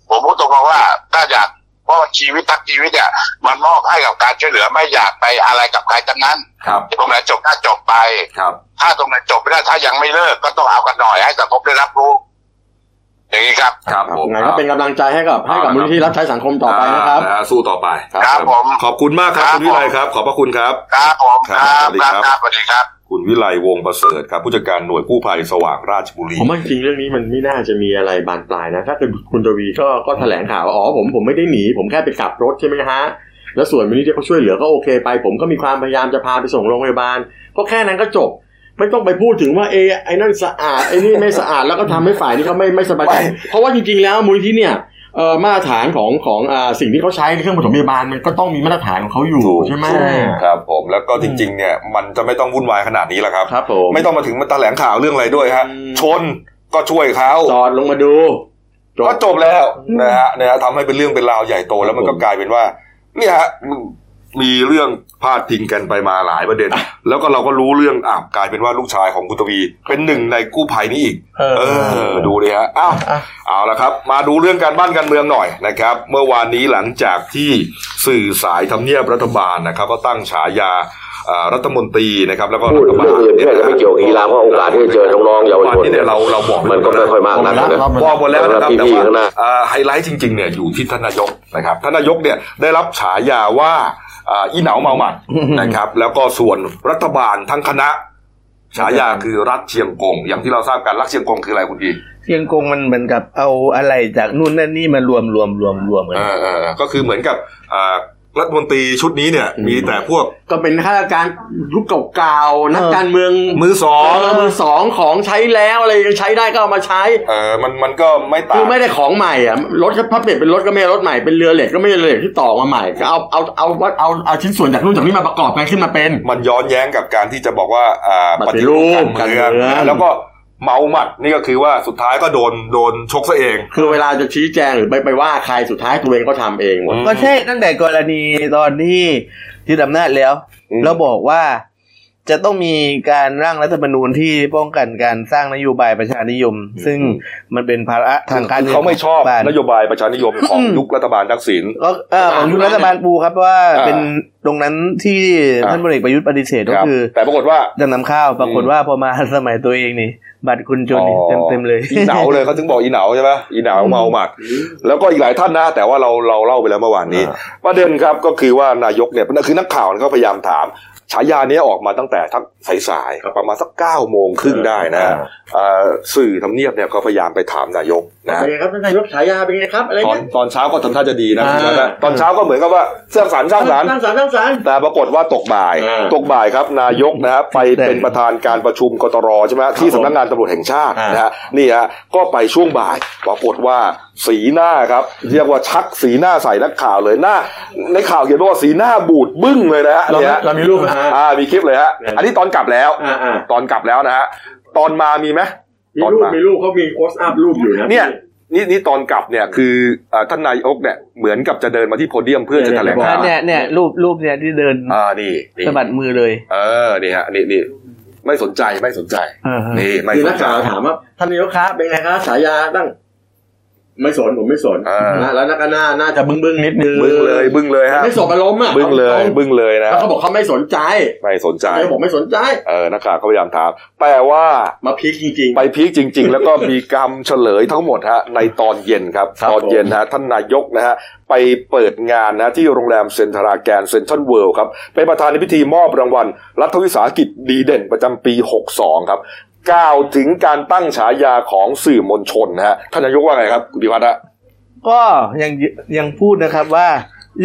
ผมพูดตรงๆว่าถ้าอยากเพราะว่าชีวิตทักชีวิตเนี่ยมันมอบให้กับการช่วยเหลือไม่อยากไปอะไรกับใครทั้งนั้น ครับ ตรงไหนจบก็จบไป ครับ ถ้าตรงไหนจบไม่ได้ถ้ายังไม่เลิกก็ต้องเอากันหน่อยให้สังคมได้รับรู้ อย่างนี้ครับ ครับผม ไงก็เป็นกำลังใจให้กับให้กับมูลนิธิรับใช้สังคมต่อไปนะครับ อ่าสู้ต่อไป ครับผม ขอบคุณมากครับคุณวิไลครับ ขอบพระคุณครับ ครับผม ค ค รั รั บบ คสวัสดีครัรับครับ บสวัสดีครับ คุณวิไลวงศ์ประเสริฐครับ ผู้จัดการหน่วยกู้ภัยสว่างราชบุรี ผมว่าจริงๆเรื่องนี้มันไม่น่าจะมีอะไรบานปลายนะ ถ้าคุณคุณตวีก็ก็แถลงข่าวว่าอ๋อผมผมไม่ได้หนี ผมแค่ไปกลับรถใช่ไหมฮะ แล้วส่วนมินิที่เขาช่วยเหลือก็โอเคไป ผมก็มีความพยายามจะพาไปส่งโรงพยาบาล ก็แค่นั้นก็จบ ไม่ต้องไปพูดถึงว่าเอไอ้นั่นสะอาดไอ้นี่ไม่สะอาดแล้วก็ทำให้ฝ่ายนี้เขาไม่ไม่สบายใจเพราะว่าจริงๆแล้วมูลที่เนี่ยเอ่อมาตรฐานของของอ่าสิ่งที่เขาใช้ในเครื่องปฐมพยาบาลมันก็ต้องมีมาตรฐานของเขาอยู่ ถูก ใช่ไหม ใช่ ครับผมแล้วก็จริง ๆ เนี่ย มันจะไม่ต้องวุ่นวายขนาดนี้แหละครับ ครับผม ไม่ต้องมาถึงมาแถลงข่าวเรื่องอะไรด้วยฮะ อืม ชนก็ช่วยเขา จอดลงมาดูจบ ก็จบแล้วนะฮะนะฮะทำให้เป็นเรื่องเป็นราวใหญ่โตแล้วมัน ครั ก็ บผม กลายเป็นว่า เนี่ยฮะมันมีเรื่องพาดพิงกันไปมาหลายประเด็น แล้วก็เราก็รู้เรื่องอ่ะกลายเป็นว่าลูกชายของคุณตวี เป็นหนึ่งในกู้ภัยนี้อีก เออ เออ ดูดิฮะอ้าวเอาละครับ มาดูเรื่องการบ้านการเมืองหน่อยนะครับ เมื่อวานนี้หลังจากที่สื่อสายทำเนียบรัฐบาลนะครับ ก็ตั้งฉายาเอ่อรัฐมนตรีนะครับ แล้วก็ พูด รัฐบาลเรื่องอื่นเพื่อจะไม่เกี่ยวกับกีฬาเพราะโอกาสที่จะเจอน้องๆเยาว วั ช น น นี้เนี่ยเราเราบอก มันก็ไม่ค่อยมากนัก ผมรั นะ บ บอกหมดแล้วนะครับแต่ว่า ข้างหน้า เอ่อไฮไลท์จริงๆเนี่ยอยู่ที่ท่านนายกนะครับท่านนายกเนี่ยได้รับฉายาว่าเอ่ออีเหนาเมา หมัดนะครับ แล้วก็ส่วนรัฐบาลทั้งคณะ ฉายาคือรักเชียงกง อย่างที่เราทราบกันรักเชียงกงคืออะไรคุณพี เชียงกงมันเหมือนกับเอาอะไรจากนู่นนั่นนี่มารวมรวมรวมรวมกัน เออเออเออก็คือเหมือนกับอ่ารัฐมนตรีชุดนี้เนี่ย อืม มีแต่พวก ก็เป็นข้าราชการยุคเก่าๆนัก เออ การเมือง มือสอง เมือสองของใช้แล้วอะไรใช้ได้ก็เอามาใช้ เออมันมันก็ไม่ต่า คื ง อไม่ได้ของใหม่อ่ะรถก็พับเปลี่ยนเป็นรถก็ไม่ใช่รถใหม่เป็นเรือเหล็กก็ไม่ใช่เรือเหล็กที่ต่อมาใหม่ก็เอาเอาเอาเอาเอาเอาชิ้นส่วนจากนู่นจากนี้มาประกอบกันขึ้นมาเป็น มันย้อนแย้งกับการที่จะบอกว่าอ่า ปฏิรูป การเมื การเมื อ องง แล้วก็เมาหมัดนี่ก็คือว่าสุดท้ายก็โดนโดนชกซะเอง คือเวลาจะชี้แจงหรือไปไปว่าใครสุดท้ายตัวเองก็ทำเองหมด อืม ก็ใช่ตั้งแต่กรณีตอนที่ยึดอำนาจแล้ว อืม แล้วบอกว่าจะต้องมีการร่างรัฐธรรมนูญที่ป้องกันการสร้างนโยบายประชานิยม ซึ่งมันเป็นภาระทางการงิน เขาไม่ชอบ งฐบาล นโยบายประชานิยมของ อืม ยุครัฐบาลทักษิณ ก็เออของยุครัฐบาลปูครับเพราะว่า อ่า เป็นตรงนั้นที่ อ่า ท่านพลเอกประยุทธ์ปฏิเสธก็ รับ คือ แต่ปรากฏว่า จำนำข้าวปรากฏว่าพอมาสมัยตัวเองนี่ บัตรคุณจนนี่ อ๋อ เต็มเต็มๆเลย อีเหนาเลยเขาถึงบอกอีเหนาใช่ไหมอีเหนาเมาหมัดแล้วก็อีกหลายท่านนะแต่ว่าเราเราเล่าไปแล้วเมื่อวานนี้ ประเด็นครับก็คือว่านายกเนี่ยคือนักข่าวก็พยายามถาม ฉายาเนี้ยออกมาตั้งแต่ทักสายๆประมาณสักเก้าโมงครึ่งได้นะเอ่อสื่อทำเนียบเนี่ยก็พยายามไปถามนายกนะ เป็นไงครับท่านนายกฉายาเป็นไงครับอะไร ตอน เงี้ย ตอนเช้าก็ทำท่าจะดีนะ อ่า แล้วก็ตอนเช้าก็เหมือนกับว่าเสื้อสารสร้างสรรค์ สารสร้างสาร แต่ปรากฏว่าตกบ่าย อ่า ตกบ่ายครับนายกนะครับไป แต่ เป็นประธานการประชุมกตรใช่ไหมที่สำนักงานตำรวจแห่งชาติ อ่าน นะฮะนี่ฮะก็ไปช่วงบ่ายปรากฏว่าสีหน้าครับ เรียกว่าชักสีหน้าใส่นักข่าวเลยหน้า ในข่าวเขียนว่าสีหน้าบูดบึ้งเลยนะฮะ เรา เนี่ยฮะ เรามีรูปนะฮะ อ่ามีคลิปเลยฮะ เนี่ย อันนี้ตอนกลับแล้ว อ่าอ่า ตอนกลับแล้วนะฮะตอนมามีไหม มี ตอน รูป มา มีรูปเขามีโพสต์อัพรูปอยู่นะ เนี่ย นี่นี่ตอนกลับเนี่ยคืออ่าท่านนายกเนี่ยเหมือนกับจะเดินมาที่โพเดียมเพื่อจะแถลงข่าว เนี่ยเนี่ยรูปรูปเนี่ยที่เดิน อ่านี่นี่ สะบัดมือเลย เออ นี่ฮะ นี่นี่ไม่สนใจ ไม่สนใจ นี่ ไม่ คือ ส นั น ก ใจ ข่าวถามว่าท่านนายกครับเป็นไงครับฉายาตั้งไม่สนผมไม่สน อ่า นะแล้วนักก็น่าน่าจะบึ้งบึ้งๆนิดนึง บึ้งเลย บึ้งเลยฮะ ไม่สบอารมณ์อ่ะ บึ้งเลย อาตรง บึ้งเลยนะ แล้วเขาบอกเขาไม่สนใจ ไม่สนใจ เขาบอกไม่สนใจ เออ นักข่าวก็พยายามถาม แต่ว่า มาพีคจริง ไปพีคจริง ๆ แล้วก็มีคำเฉลยทั้งหมดฮะในตอนเย็นครับ ครับ ตอนเย็นฮะท่านนายกนะฮะไปเปิดงานนะที่โรงแรมเซนทราแกนเซนทรัลเวิลด์ครับเป็นประธานในพิธีมอบรางวัล รัฐวิสาหกิจดีเด่นประจำปี 62 ครับ กล่าวถึงการตั้งฉายาของสื่อมวลชนนะฮะท่านนายกว่าไงครับคุณพิพัฒน์ฮะ ก็ยังยังพูดนะครับว่า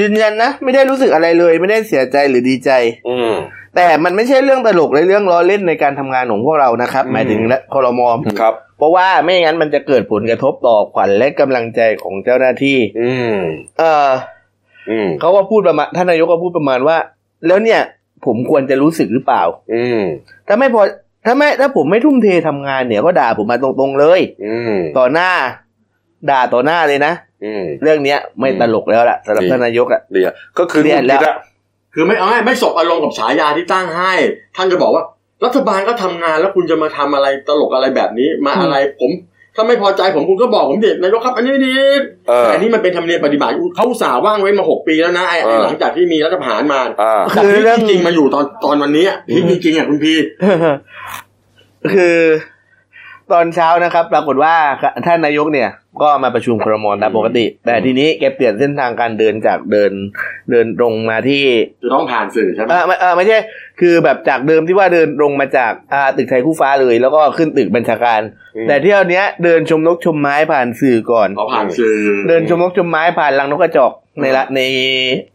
ยืนยันนะไม่ได้รู้สึกอะไรเลยไม่ได้เสียใจหรือดีใจ อืม แต่มันไม่ใช่เรื่องตลกและเรื่องล้อเล่นในการทำงานของพวกเรานะครับ อืม หมายถึงและคอรมอม ครับ เพราะว่าไม่งั้นมันจะเกิดผลกระทบต่อขวัญและกำลังใจของเจ้าหน้าที่ อืม เออ อืม เขาก็พูดประมาณท่านนายกก็พูดประมาณว่า แล้วเนี่ย ผมควรจะรู้สึกหรือเปล่า อืม ถ้าไม่พอถ้าไม่ถ้าผมไม่ทุ่มเททำงานเนี่ยก็ด่าผมมาตรงๆเลย อืม ต่อหน้า ด่าต่อหน้าเลยนะ อืม เรื่องเนี้ยไม่ตลกแล้วล่ะสำหรับ จริง ท่านนายกอ่ะ เนี่ย ก็คือ เครียดแล้ว คุณพิพัฒน์อะ ๆ คือไม่เอาไม่ไม่สบอารมณ์กับฉายาที่ตั้งให้ ท่านจะบอกว่า รัฐบาลก็ทำงานแล้วคุณจะมาทำอะไรตลกอะไรแบบนี้มาอะไรผมถ้าไม่พอใจผมคุณก็บอกผมเด็ดนายกครับอันนี้ไม่ดี เออ แต่อันนี้มันเป็นธรรมเนียมปฏิบัติเขาอุตส่าห์ว่างไว้มาหกปีแล้วนะไอ้ไอ้ เออ หลังจากที่มีรัฐประหารมา อ่า คือเรื่อง ที่จริงมาอยู่ตอนตอนวันนี้ที่จริงๆอ่ะคุณพี คือตอนเช้านะครับ ปรากฏว่าท่านนายกเนี่ย ก็มาประชุมครมตามปกติ แต่ทีนี้แกเปลี่ยนเส้นทางการเดินจากเดินเดินตรงมาที่ จะต้องผ่านสื่อใช่ไหม เออไม่เออไม่ใช่ คือแบบจากเดิมที่ว่าเดินตรงมาจากอ่าตึกไทยคู่ฟ้าเลย แล้วก็ขึ้นตึกบัญชาการ อืม แต่เที่ยวเนี้ยเดินชมนกชมไม้ผ่านสื่อก่อน ขอผ่านสื่อ เดินชมนกชมไม้ผ่านรังนกกระจอกในละใน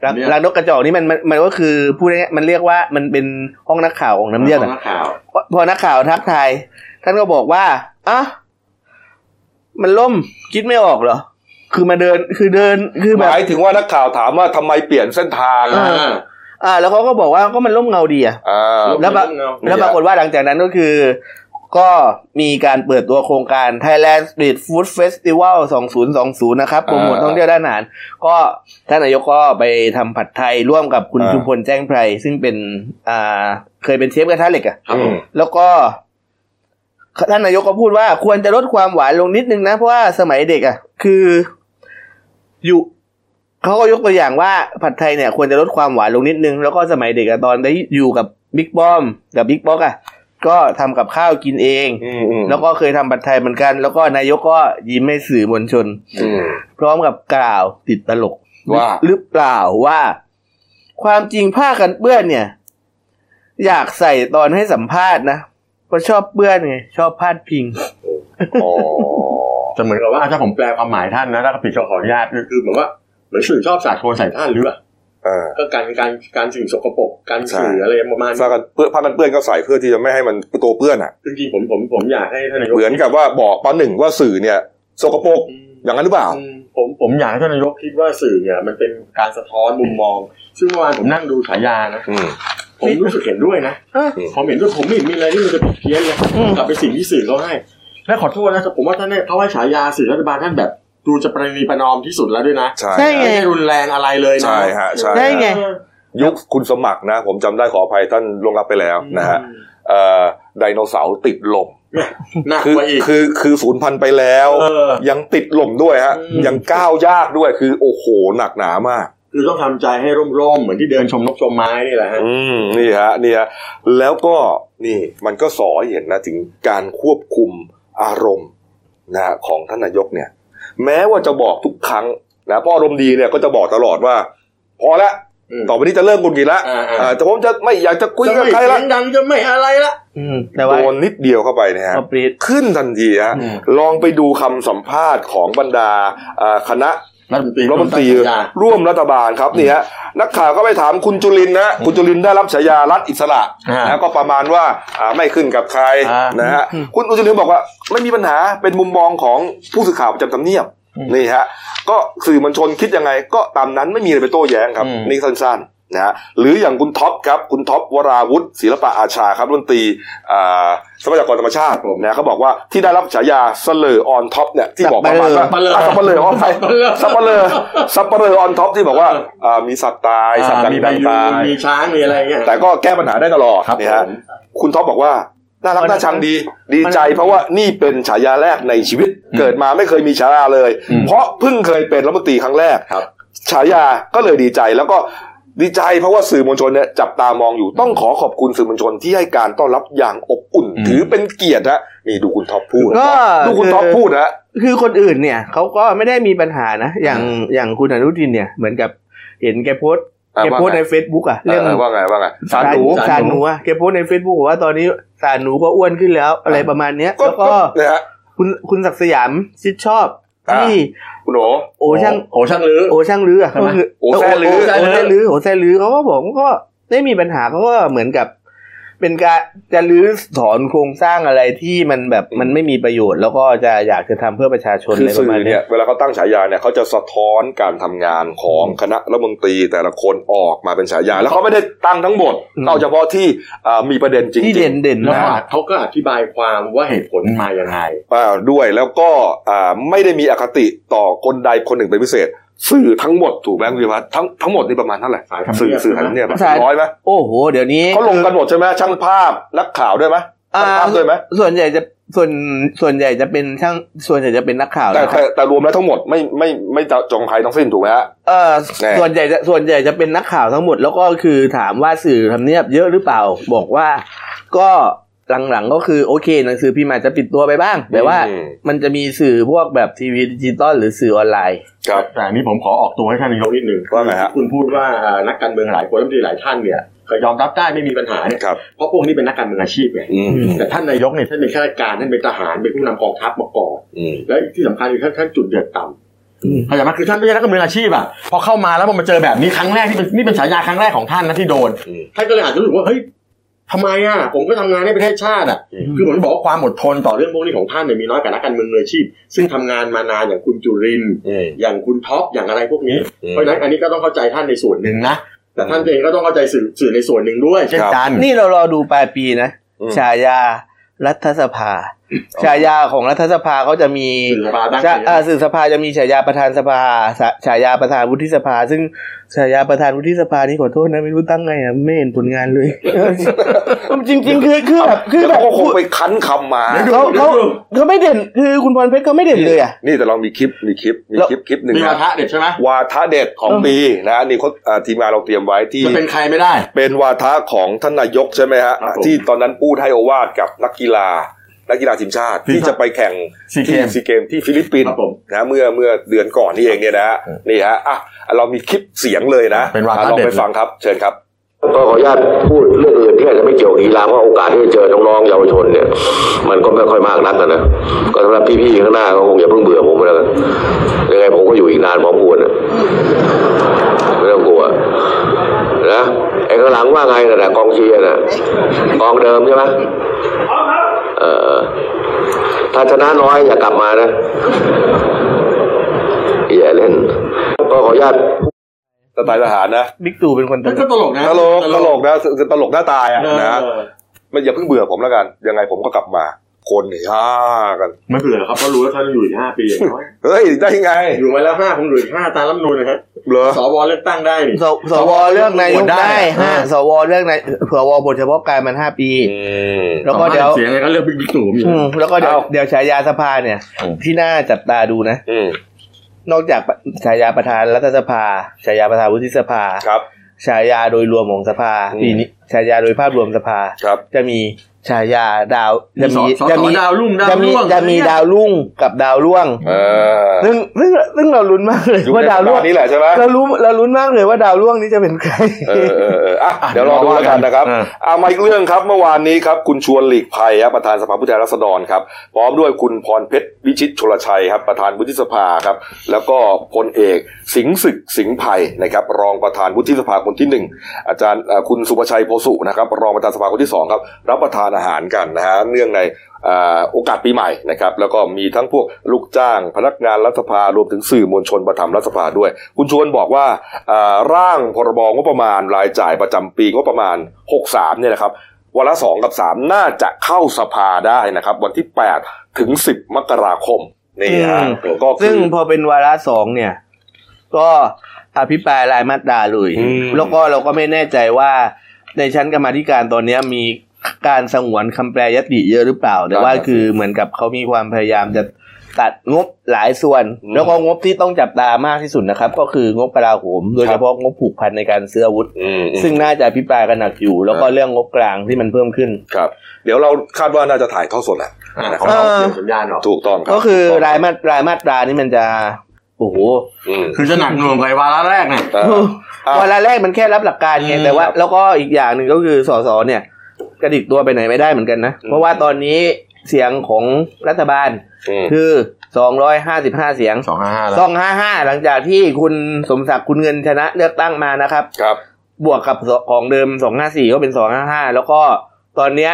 รัง เนี่ย รังนกกระจอกนี่มันมันมันก็คือพูดง่ายๆมันเรียกว่ามันเป็นห้องนักข่าวของน้ำเยี่ยงอะ นักข่าว พอนักข่าวทักทาย ท่านก็บอกว่าอ่ะมันล่มคิดไม่ออกเหรอ คือมาเดินคือเดินคือ ห แบบ มายถึงว่านักข่าวถามว่าทำไมเปลี่ยนเส้นทาง เออ อ่า แล้วเขาก็บอกว่าก็มันล่มเงาดีอ่ะ อ่า แล้วปะ แล้วปรากฏว่าหลังจากนั้นก็คือ ก็มีการเปิดตัวโครงการ Thailand Street Food Festival 2020 นะครับโปรโมท อ่า ท่องเที่ยวด้านอาหาร ก็ท่านนายกก็ไปทำผัดไทยร่วมกับคุณ อ่า ชุมพลแจ้งไพร ซึ่งเป็นอ่าเคยเป็นเชฟกระทะเหล็กอ่ะ ครับผม แล้วก็ท่านนายกก็พูดว่าควรจะลดความหวานลงนิดนึงนะ เพราะว่าสมัยเด็กอะ่ะ คืออยู่เขาก็ยกตัวอย่างว่าผัดไทยเนี่ย ควรจะลดความหวานลงนิดนึง แล้วก็สมัยเด็กอะ่ะตอนได้อยู่กับบิ๊กป้อมกับบิ๊กป๊อกอะ่ะ ก็ทำกับข้าวกินเอง อืมอืม แล้วก็เคยทำผัดไทยเหมือนกัน แล้วก็นายกก็ยิ้มให้สื่อมวลชน อืม พร้อมกับกล่าวติดตลก ว่า หรือเปล่าว่า ความจริงผ้ากันเปื้อนเนี่ย อยากใส่ตอนให้สัมภาษณ์นะเพราะชอบเปื้อนไงชอบพาดพิง อ๋อ แต่เหมือนกับว่าถ้าผมแปลความหมายท่านนะถ้าผิดก็ขออนุญาตคือเหมือนว่าเหมือนสื่อชอบสาดโคลนใส่ท่านหรือเปล่า เออ ก็การการการสิ่งสกปรกการสื่อ ใช่ อะไรประมาณ ซากันเพื่อผ้ามันเปื้อนก็ใส่เพื่อที่จะไม่ให้มันตัวเปื้อนอ่ะ จริงๆผมผมผมอยากให้ท่านนายก เหมือนกับว่าบอกปหนึ่งว่าสื่อเนี่ยสกปรก อืม อย่างนั้นหรือเปล่า อืมผมผมอยากให้ท่านนายกคิดว่าสื่อเนี่ยมันเป็นการสะท้อนมุมมอง ซึ่งเมื่อวานผมนั่งดูฉายานะ อืม ผมรู้สึกเห็นด้วยนะ เออ ผมเห็นด้วยผมไม่เห็นมีอะไรที่มันจะผิดเพี้ยนเลย อืม กลับไปสิ่งที่สื่อเขาให้และขอโทษนะผมว่าท่านเนี่ยเขาให้ฉายาสื่อรัฐบาลท่านแบบดูจะประนีประนอมที่สุดแล้วด้วยนะ ใช่ ใช่ ไม่ได้รุนแรงอะไรเลยนะ ใช่ฮะใช่ ได้ไง เออ ยุคคุณสมัครนะ ผมจำได้ขออภัยท่านลงรับไปแล้วนะฮะเอ่อไดโนเสาร์ติดลม หนัก คื กว่าอีก คือคือศูนย์พันธุ์ไปแล้ว เออ ยังติดลมด้วยฮะ อืม ยังก้าวยากด้วยคือ โอ้โห หนักหนามาก คือต้องทำใจให้ร่มๆ เหมือนที่เดินชมนกชมไม้นี่แหละฮะ อืมนี่ฮะนี่ฮะแล้วก็นี่มันก็สอให้เห็นนะถึงการควบคุมอารมณ์นะฮะของท่านนายกเนี่ย แม้ว่าจะบอกทุกครั้งนะพออารมณ์ดีเนี่ยก็จะบอกตลอดว่า พอละ อืม ต่อไปนี้จะเริ่มกุนกินละ อ่าๆ อ่าแต่ผมจะไม่อยากจะคุยกับใครละ จะไม่เสียงดังจะไม่อะไรละ อืมแต่ว่า โดนนิดเดียวเข้าไปนะฮะ ก็ปรีด ขึ้นทันทีฮะ อืม ลองไปดูคำสัมภาษณ์ของบรรดาอ่าคณะ รัฐมนตรี รัฐมนตรี กสัญญา ร่วมรัฐบาลครับนี่ฮะนักข่าวก็ไปถามคุณจุลินทร์นะคุณจุลินทร์ได้รับฉายารัฐอิสระ อ่า นะก็ประมาณว่าอ่าไม่ขึ้นกับใคร อ่าน นะฮะคุณจุลินทร์บอกว่าไม่มีปัญหาเป็นมุมมองของผู้สื่อข่าวประจำทำเนียบนี่ฮะก็สื่อมวลชนคิดยังไง ก็ตามนั้นไม่มีอะไรไปโต้แย้งครับนี่สั้นๆนะฮะหรืออย่างคุณท็อปครับคุณท็อปวราวุฒิศิลปะอาชาครับรัฐมนตรีอ่าทรัพยากรธรรมชาตินะเขาบอกว่าที่ได้รับฉายาเสลอออนท็อปเนี่ยที่บอกประมาณว่า สัปเหร่อ อ่ะสัปเหร่อออนไ สัปเหร่อ สับปะเลอสับปะเลอออนท็อปที่บอกว่าอ่ามีสัตว์ตาย สัตว์ อ่า ดั มี ง ใบ ตาย ยูนมีช้างมีอะไรเงี้ย แต่ก็แก้ปัญหาได้ตลอด ครับ เนี่ยฮะ ผม คุณท็อปบอกว่า น่ารักน่าชังดี ดีใจเพราะว่านี่เป็นฉายาแรกในชีวิตเกิดมาไม่เคยมีฉายาเลย เพราะเพิ่งเคยเป็นรัฐมนตรีครั้งแรก ครับ ฉายาก็เลยดีใจแล้วก็ดีใจเพราะว่าสื่อมวลชนเนี่ยจับตามองอยู่ต้องขอขอบคุณสื่อมวลชนที่ให้การต้อนรับอย่างอบอุ่น อืม ถือเป็นเกียรติฮะนี่ดูคุณท็อปพูด ก็ ดูคุณท็อปพูดฮะ คือคนอื่นเนี่ยเขาก็ไม่ได้มีปัญหานะ อย่างอย่างคุณอนุทินเนี่ย เหมือนกับเห็นแกโพสต์ อ่ะ แกโพสต์ ว่าไง ใน Facebook อ่ะเรื่อง เออว่าไงว่าไงสารหนู สารหนูอะแกโพสต์ในเฟซบุ๊กว่าตอนนี้สารหนูก็อ้วนขึ้นแล้ว อะไรประมาณเนี้ย แล้วก็ นะฮะ คุณคุณศักดิ์สยามชิดชอบ อ่า ที่ คุณโหน โอช่าง โอ้ช่างลือ โอช่างลืออะ ทำไม ก็คือ โอแซ่ลื้อ โอแซ่ลือโอแซ่ลือเขาก็บอกว่าก็ไม่มีปัญหาเขาก็เหมือนกับ เป็นการจะรื้อถอนโครงสร้างอะไรที่มันแบบมันไม่มีประโยชน์ แล้วก็จะอยากจะทำเพื่อประชาชน คือ อะไรป สื่ ระมาณ อ เนี้ เนี่ย ยเวลาเขาตั้งฉายาเนี่ยเขาจะสะท้อนการทำงานของคณะรัฐมนตรีแต่ละคนออกมาเป็นฉายา แล้วเขาไม่ได้ตั้งทั้งหมด อืม เอาเฉพาะที่อ่ามีประเด็นจริง ที่เด่นเด่น แล้ว มาก เขาก็อธิบายความว่าเหตุผลมายังไง ๆอ่าด้วยแล้วก็อ่าไม่ได้มีอคติต่อคนใดคนหนึ่งเป็นพิเศษ สื่อทั้งหมดถูกไหมคุณพิพัฒน์ทั้งทั้งหมดนี่ประมาณเท่าไหร่ สายพันธุ์ สื่อ เงียบ สื่อ ใช่ หั ไหม นเนี่ยบ สาย ร้อยไหม โอ้โห เดี๋ยวนี้ เขาลงกันหมดใช่ไหมช่างภาพนักข่าวด้วยไหม อ่า ช่างภาพด้วยไหม ส่วนใหญ่จะส่วนส่วนใหญ่จะเป็นช่างส่วนใหญ่จะเป็นนักข่าว แต่ นะค แต่ รับ แต่รวมแล้วทั้งหมดไม่ไม่ไม่ไม่จองใครทั้งสิ้นถูกไหมฮะ เออ แน่ ส่วนใหญ่จะส่วนใหญ่จะเป็นนักข่าวทั้งหมดแล้วก็คือถามว่าสื่อทำเนียบเยอะหรือเปล่า บอกว่า ก็หลังๆก็คือโอเค หนังสือพิมพ์อาจจะปิดตัวไปบ้างแต่ว่า อืม มันจะมีสื่อพวกแบบทีวีดิจิตอลหรือสื่อออนไลน์ ครับ แต่อันนี้ผมขอออกตัวให้ท่านนายกนิดหนึ่ง ว่าไงฮะ ที่คุณพูดว่าอ่านักการเมืองหลายคนรัฐมนตรีหลายท่านเนี่ยก็ยอมรับได้ไม่มีปัญหาเนี่ย ครับ เพราะพวกนี้เป็นนักการเมืองอาชีพไง อืม แต่ท่านนายกเนี่ยท่านเป็นข้าราชการท่านเป็นทหารเป็นผู้นำกองทัพมาก่อน อืม แล้วที่สำคัญคือท่านท่านจุดเดือดต่ อืม ำเข้าใจไหมคือท่านไม่ใช่นักการเมืองอาชีพอ่ะพอเข้ามาแล้วมันมาเจอแบบนี้ครั้งแรกที่เป็นนี่เป็นฉายาครั้งแรกของท่านนะที่โดน อืม ท่านก็เลยอาจจะรู้สึกว่าเฮ้ยทำไมอ่ะผมก็ทำงานให้ประเทศชาติอ่ะ อืม คือผมจะบอกว่าความอดทนต่อเรื่องพวกนี้ของท่านเนี่ยมีน้อยกว่านักการเมืองมืออาชีพ ซึ่งทำงานมานานอย่างคุณจุรินทร์ อืม อย่างคุณท็อปอย่างอะไรพวกนี้ อืม เพราะฉะนั้นอันนี้ก็ต้องเข้าใจท่านในส่วนหนึ่งนะ แต่ท่านเองก็ต้องเข้าใจสื่อสื่อในส่วนหนึ่งด้วย เช่น ครับ กัน นี่เรารอดูปลายปีนะ อืม ฉายารัฐสภาฉายาของรัฐสภาเขาจะมี สื่อสภาตั้ง จะ ใจ อ่าสื่อสภาจะมีฉายาประธานสภาสะฉายาประธานวุฒิสภา ซึ่งฉายาประธานวุฒิสภานี่ขอโทษนะไม่รู้ตั้งไงอ่ะไม่เห็นผลงานเลย จริง ๆ คือคือแบบคือ แล้ว แบ เขา บ ก็คงไปคั้นคำมา เขาเขาเขาไม่เด่นคือคุณพรเพชรเขาไม่เด่นเลยอ่ะ นี่แต่เรามีคลิปมีคลิปมีคลิปคลิปหนึ่ง มีวา นะ ทะเด็ดใช่ไหม วาทะเด็ดของปีนะนี่เขาอ่าทีมงานเราเตรียมไว้ที่ จะเป็นใครไม่ได้ เป็นวาทะของท่านนายกใช่ไหมฮะ ครับผม ที่ตอนนั้นพูดให้โอวาดกับนักกีฬา นักกีฬาทีมชาติ ที่ ที่จะไปแข่ง SEA ที่ Games ซีเกมที่ฟิลิปปินส์ ครับผม นะเมื่อเมื่อเดือนก่อนนี่เองเนี่ยนะฮะนี่ฮะอ่ะเรามีคลิปเสียงเลยนะ เป็นวาทะ อ่ะลอง เด็ ไป ดเลย ฟังครับเชิญครับ ก็ขออนุญาตพูดเรื่องอื่นที่อาจจะไม่เกี่ยวกับกีฬาเพราะโอกาสที่จะเจอน้องๆเยาวชนเนี่ย มันก็ไม่ค่อยมากนักอะนะก็สำหรับพี่ๆข้างหน้าก็คงอย่าเพิ่งเบื่อผมแล้วกันยังไงผมก็อยู่อีกนานพอควรนะไม่ต้องกลัวนะไอ้ข้างหลังว่าไงนะแต่ะกองเชียร์นะกองเดิมใช่ไหมเออถ้าชนะน้อยอย่ากลับมานะอย่าเล่น ก็ขออนุญาต สไตล์ทหารนะ บิ๊กตู่เป็นคนต นั่น ล ก็ ก ตลกนะ ตลกตลกนะคือตลกหน้าตายอะ เออ นะมันอย่าเพิ่งเบื่อผมแล้วกัน ยังไงผมก็กลับมา คนฮ่ากัน ไม่เบื่อครับเพราะรู้ว่าท่านอยู่อีกห้าปีอย่างน้อย เฮ้ยได้ไง อยู่มาแล้วห้าผมอยู่อีกห้าตามรัฐธรรมนูญนะฮะ เหรอ สวเลือกตั้งได้นี่ สสวเลือกนายก ได้ ได้ อ่า ฮะสวเลือกนายสวบทเฉพาะการมันห้าปี อืม แล้วก็เดี๋ยว สองพันสิบเสียงอะไรก็เลือกบิ๊กตู่ผมอยู่ อืมแล้วก็เดี๋ยว เอา เดี๋ยวฉายาสภาเนี่ย ที่น่าจับตาดูนะ อืม นอกจากฉายาประธานรัฐสภาฉายาประธานวุฒิสภา ครับ ฉายาโดยรวมของสภา อืม ปีนี้ฉายาโดยภาพรวมสภา ครับ จะมีฉายาดาวจะสมีอสอ จะมี ดาวรุ่งดาว จะมี ร่วง จะมีดาวรุ่งกับดาวร่วง เออ ซึ่งซึ่งซึ่งเราลุ้นมากเลย อยู่ ว่า ใน ดาตวร่วง นี้แหละใช่ไหม เรารู้เราลุ้นมากเลยว่าดาวร่วงนี้จะเป็นใคร เออเออเอออ่ะเดี๋ยวรอดูแล้วกันนะครับ เออ เอามาอีกเรื่องครับเมื่อวานนี้ครับคุณชวนหลีกภัยครับประธานสภาผู้แทนราษฎรครับ พร้อมด้วยคุณพรเพชรวิชิตชลชัยครับประธานวุฒิสภาครับ แล้วก็พลเอกสิงห์ศึกสิงห์ไผ่นะครับ รองประธานวุฒิสภาคนที่หนึ่งอาจารย์เอ่อคุณสุประชัยโพสุนะครับรองประธานสภาคนที่สองครับ รับประทานอาหารกันนะฮะเนื่องใน อ่าโอกาสปีใหม่นะครับแล้วก็มีทั้งพวกลูกจ้าง พนักงานรัฐสภารวมถึงสื่อมวลชนประทำรัฐสภาด้วย คุณชวนบอกว่าอ่าร่างพรบงบประมาณรายจ่ายประจำปีงบประมาณ 63เนี่ยนะครับวันละ 2 กับ 3 น่าจะเข้าสภาได้นะครับ วันที่ 8 ถึง 10 มกราคมนี่ฮะ อืม ก็คื ซึ่ง อ พอเป็นวาระสองเนี่ย ก็อภิปรายรายมาตราเลย อืม แล้วก็เราก็ไม่แน่ใจว่า ในชั้นกรรมาธิการตอนเนี้ยมีการสงวนคำแปรยติเยอะหรือเปล่า แต่ว่าคือเหมือนกับเขามีความพยายามจะตัดงบหลายส่วน แล้วก็งบที่ต้องจับตามากที่สุดนะครับ ก็คืองบกลาโหม โดยเฉพาะงบผูกพันในการซื้ออาวุธ อืมอืม ซึ่งน่าจะอภิปรายกันหนักอยู่ แล้วก็ ครับ เรื่องงบกลางที่มันเพิ่มขึ้น ครับเดี๋ยวเราคาดว่าน่าจะถ่ายทอดสดแหละ อ่ะ นะค เขา รับ เอาเสียงสัญญาณออก ถูกต้องรับ ก็คือรายมาตรายมาตรานี่มันจะโอ้โห อืม คือจะหนักหน่วงไปวาระแรกไง อ่า อ่ะ วาระแรกมันแค่รับหลักการไง อืม แต่ว่า แล้วก็อีกอย่างหนึ่งก็คือสสเนี่ย กระดิกตัวไปไหนไม่ได้เหมือนกันนะ อืม เพราะว่าตอนนี้เสียงของรัฐบาล อืม คือ 255 เสียง สองห้าห้าแล้ว 255 หลังจากที่คุณสมศักดิ์คุณเงินชนะเลือกตั้งมานะครับ ครับ บวกกับของเดิม 254 ก็เป็น 255 แล้วก็ตอนเนี้ย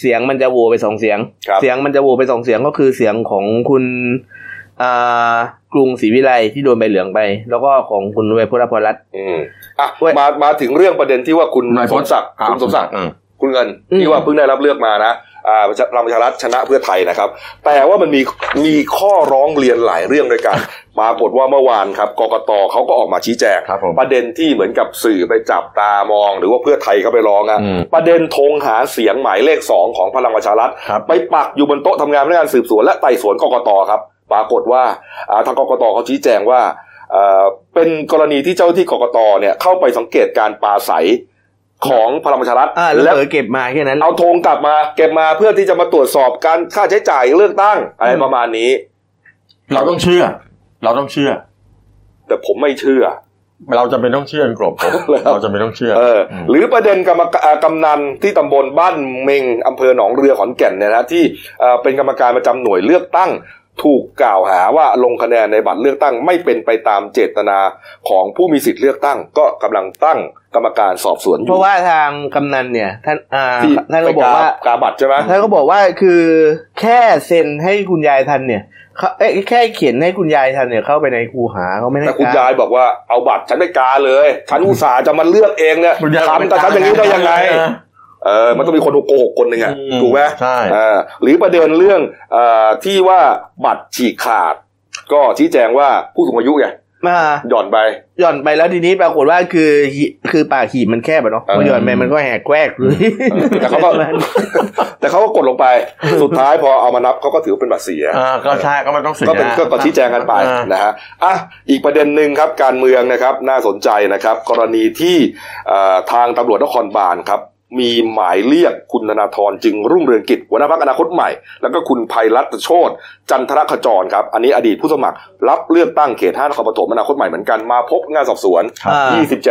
เสียงมันจะโหวไปสองเสียง ครับ เสียงมันจะโหวไปสองเสียงก็คือเสียงของคุณอ่ากรุงศรีวิไลที่โดนใบเหลืองไป แล้วก็ของคุณไวโพลพรรัตน์ อืมอ่ะ เว้ย มามาถึงเรื่องประเด็นที่ว่าคุณ นาย ส พ ม ล ศักดิ์คุณสมศักดิ์ อืม คุณเงิน อืม ที่ว่าเพิ่งได้รับเลือกมานะ อ่าพลังประชารัฐชนะเพื่อไทยนะครับ แต่ว่ามันมีมีข้อร้องเรียนหลายเรื่องด้วย กัน ปรากฏว่าเมื่อวานครับกกตเขาก็ออกมาชี้แจง ครับผม ประเด็นที่เหมือนกับสื่อไปจับตามอง หรือว่าเพื่อไทยเขาไปร้องอะ อืม ประเด็นธงหาเสียงหมายเลขสองของพลังประชารัฐ ครับ ไปปักอยู่บนโต๊ะทำงานพนักงานสืบสวนและไต่สวนกกตครับ ปรากฏว่าอ่าทางกกตเขาชี้แจงว่าเอ่อเป็นกรณีที่เจ้าหน้าที่กกตเนี่ยเข้าไปสังเกตการปราศัยของพลังประชารัฐ อ่าแล้ว และ เผลอเก็บมาแค่นั้น เอาธงกลับมาเก็บมาเพื่อที่จะมาตรวจสอบการค่าใช้จ่ายเลือกตั้งอะไร อืม ประมาณนี้ เราต้องเชื่อ เราต้องเชื่อ แต่ผมไม่เชื่อ เราจะเป็นต้องเชื่อคุณกรบผม แล้ว เราจะเป็นต้องเชื่อ เอออ ม หรือประเด็นกรรมกเอ่อกำนันที่ตำบลบ้านเมงอำเภอหนองเรือขอนแก่นเนี่ยนะที่เอ่อเป็นกรรมการประจำหน่วยเลือกตั้ง ถูกกล่าวหาว่าลงคะแนนในบัตรเลือกตั้งไม่เป็นไปตามเจตนาของผู้มีสิทธิ์เลือกตั้ง ก็กำลังตั้งกรรมการสอบสวนอยู่ เพราะว่าทางกำนันเนี่ย ท่านอ่า ที่ ท่านก็บอกว่า ไปกาบัตรใช่ไหม ท่านก็บอกว่าคือแค่เซ็นให้คุณยายทันเนี่ยเขาเอ้ยแค่เขียนให้คุณยายทันเนี่ยเข้าไปในคูหาเขาไม่ได้ แต่คุณ กร ยายบอกว่าเอาบัตรฉันไปกาเลยฉันอุตส่าห์จะมาเลือกเองเนี่ย คุณยาย ทำแต่ฉันอย่างนี้ได้ยังไง นะ เออ มันต้องมีคนโกหกคนหนึ่งอะ อืม ถูกไหม ใช่ เออหรือประเด็นเรื่องเออที่ว่าบัตรฉีกขาด ก็ชี้แจงว่าผู้สูงอายุไง มา หย่อนไป หย่อนไปแล้วทีนี้ปรากฏว่าคือหิคือปากหีบมันแคบอะเนาะ เออ พอหย่อนไปมันก็แหกแกวกเลย แต่ เขาก็ แต่เขาก็กดลงไป สุดท้ายพอเอามานับเขาก็ถือว่าเป็นบัตรเสีย อ่าก็ใช่ก็มันต้องเสีย ก็เป็นก็ก็ชี้แจงกันไป อ่าน นะฮะอ่ะอีกประเด็นหนึ่งครับการเมืองนะครับน่าสนใจนะครับ กรณีที่เอ่อทางตำรวจนครบาลครับ มีหมายเรียกคุณธนาธรจึงรุ่งเรืองกิจหัวหน้าพักอนาคตใหม่ แล้วก็คุณภัยรัตน์โชตจันทรขจรครับ อันนี้อดีตผู้สมัคร รับเลือกตั้งเขตห้านครปฐมอนาคตใหม่เหมือนกันมาพบงานสอบสวน อ่า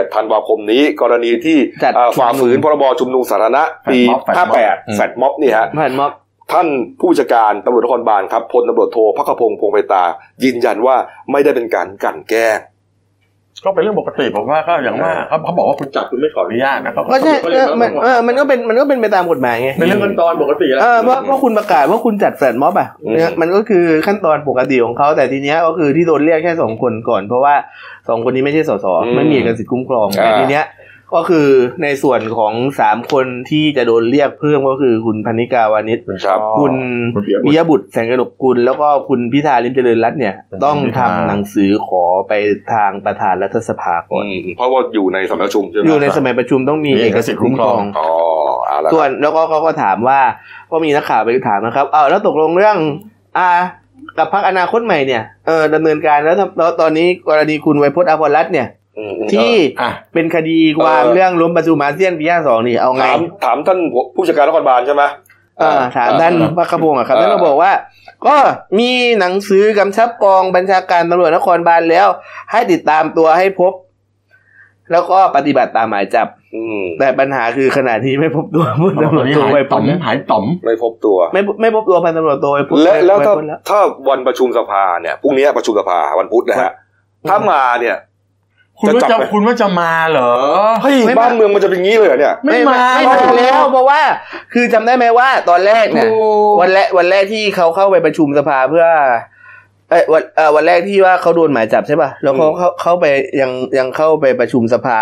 27ธันวาคมนี้ กรณีที่ จัด เอ่อฝ่าฝืนพรบชุมนุมสาธารณะปี แฟลตม็อบแฟลตม็อบ58แฟดม็อบอืมนี่ฮะ ผ่านม็อบ ท่านผู้บัญชาการตำรวจนครบาลครับพลตำรวจโทพักขพงศ์พงไพตา ยืนยันว่าไม่ได้เป็นการกลั่นแกล้ง ก็เป็นเรื่องปกติผมว่าก็อย่างว่าเขาเขาบอกว่าคุณจับคุณไม่ขออนุญาตนะเขา ก็ใช่ เขา เอ เรีย อ ว่า มันเออมันก็เป็นมันก็เป็นไปตามกฎหมายไง เป็นเรื่องขั้นตอนปกติแล้ว เออเพราะเพราะคุณประกาศว่าคุณจัดแฟลตม็อบอ่ะ อืม เนี่ยมันก็คือขั้นตอนปกติของเขาแต่ทีเนี้ยก็คือที่โดนเรียกแค่สองคนก่อน เพราะว่าสองคนนี้ไม่ใช่สสไม่มีเอกสิทธิ์คุ้มครองแต่ทีเนี้ยก็คือในส่วนของสามคนที่จะโดนเรียกเพิ่มก็คือคุณพนิกาวานิช ครับ คุณ คุณเปียบุ วิ ตร ยบุตรแสงกนกกุลแล้วก็คุณพิธาลิมเจริญรัตน์เนี่ย ต้องทำหนังสือขอไปทางประธานรัฐสภาก่อน เพราะว่าอยู่ในสำนักประชุมใช่ไหม อยู่ในสมัยประชุมต้องมี มี เอ เอก กสิ สิท ทธิ์ ธิ์ คุ้ คุ้ม มคคร ร อ อง ง อ๋อเอาละ ส่ คว รับ นแล้วก็เขาก็ถามว่าก็มีนักข่าวไปถามนะครับเออแล้วตกลงเรื่องอ่ากับพักอนาคตใหม่เนี่ยเออดำเนินการแล้วทำแล้วตอนนี้กรณีคุณไวยพจน์อภรรัตน์เนี่ย อืมอืม ที่ อ่ะ เป็นคดีความ เออ เรื่องล้มประชุมอาเซียนปีห้าสองนี่เอาไง ถามถามท่านผู้จัดการนครบาลใช่ไหม เออถามท่านพักขพงศ์อะครับ เออ ท่านก็บอกว่า ก็มีหนังสือกำชับกองบัญชาการตำรวจนครบาลแล้ว ให้ติดตามตัวให้พบ แล้วก็ปฏิบัติตามหมายจับ อืม แต่ปัญหาคือขณะที่ไม่พบตัวพลตำรวจโทไวยพจน์นะ หายต่อม ไม่พบตัว ไม่ไม่พบตัวพันตำรวจโทยพุทธ และแล้วถ้า ไปพ้นแล้ว ถ้าวันประชุมสภาเนี่ยพรุ่งนี้ประชุมสภาวันพุธนะฮะถ้ามาเนี่ย คุณ จะ ว่า จับจะไหม คุณว่าจะมาเหรอ เฮ้ยบ้านเมืองมันจะเป็นงี้เลยเหรอเนี่ย ไม่มา ไม่มา หรอก แล้วเพราะว่า คือจำได้ไหมว่าตอนแรกเนี่ยวันแรกวันแรกที่เขาเข้าไปประชุมสภาเพื่อเอ้ยวันเอ่อวันแรกที่ว่าเขาโดนหมายจับใช่ป่ะแล้วเขา อืม เขาเข้าไปยังยังเข้าไปประชุมสภา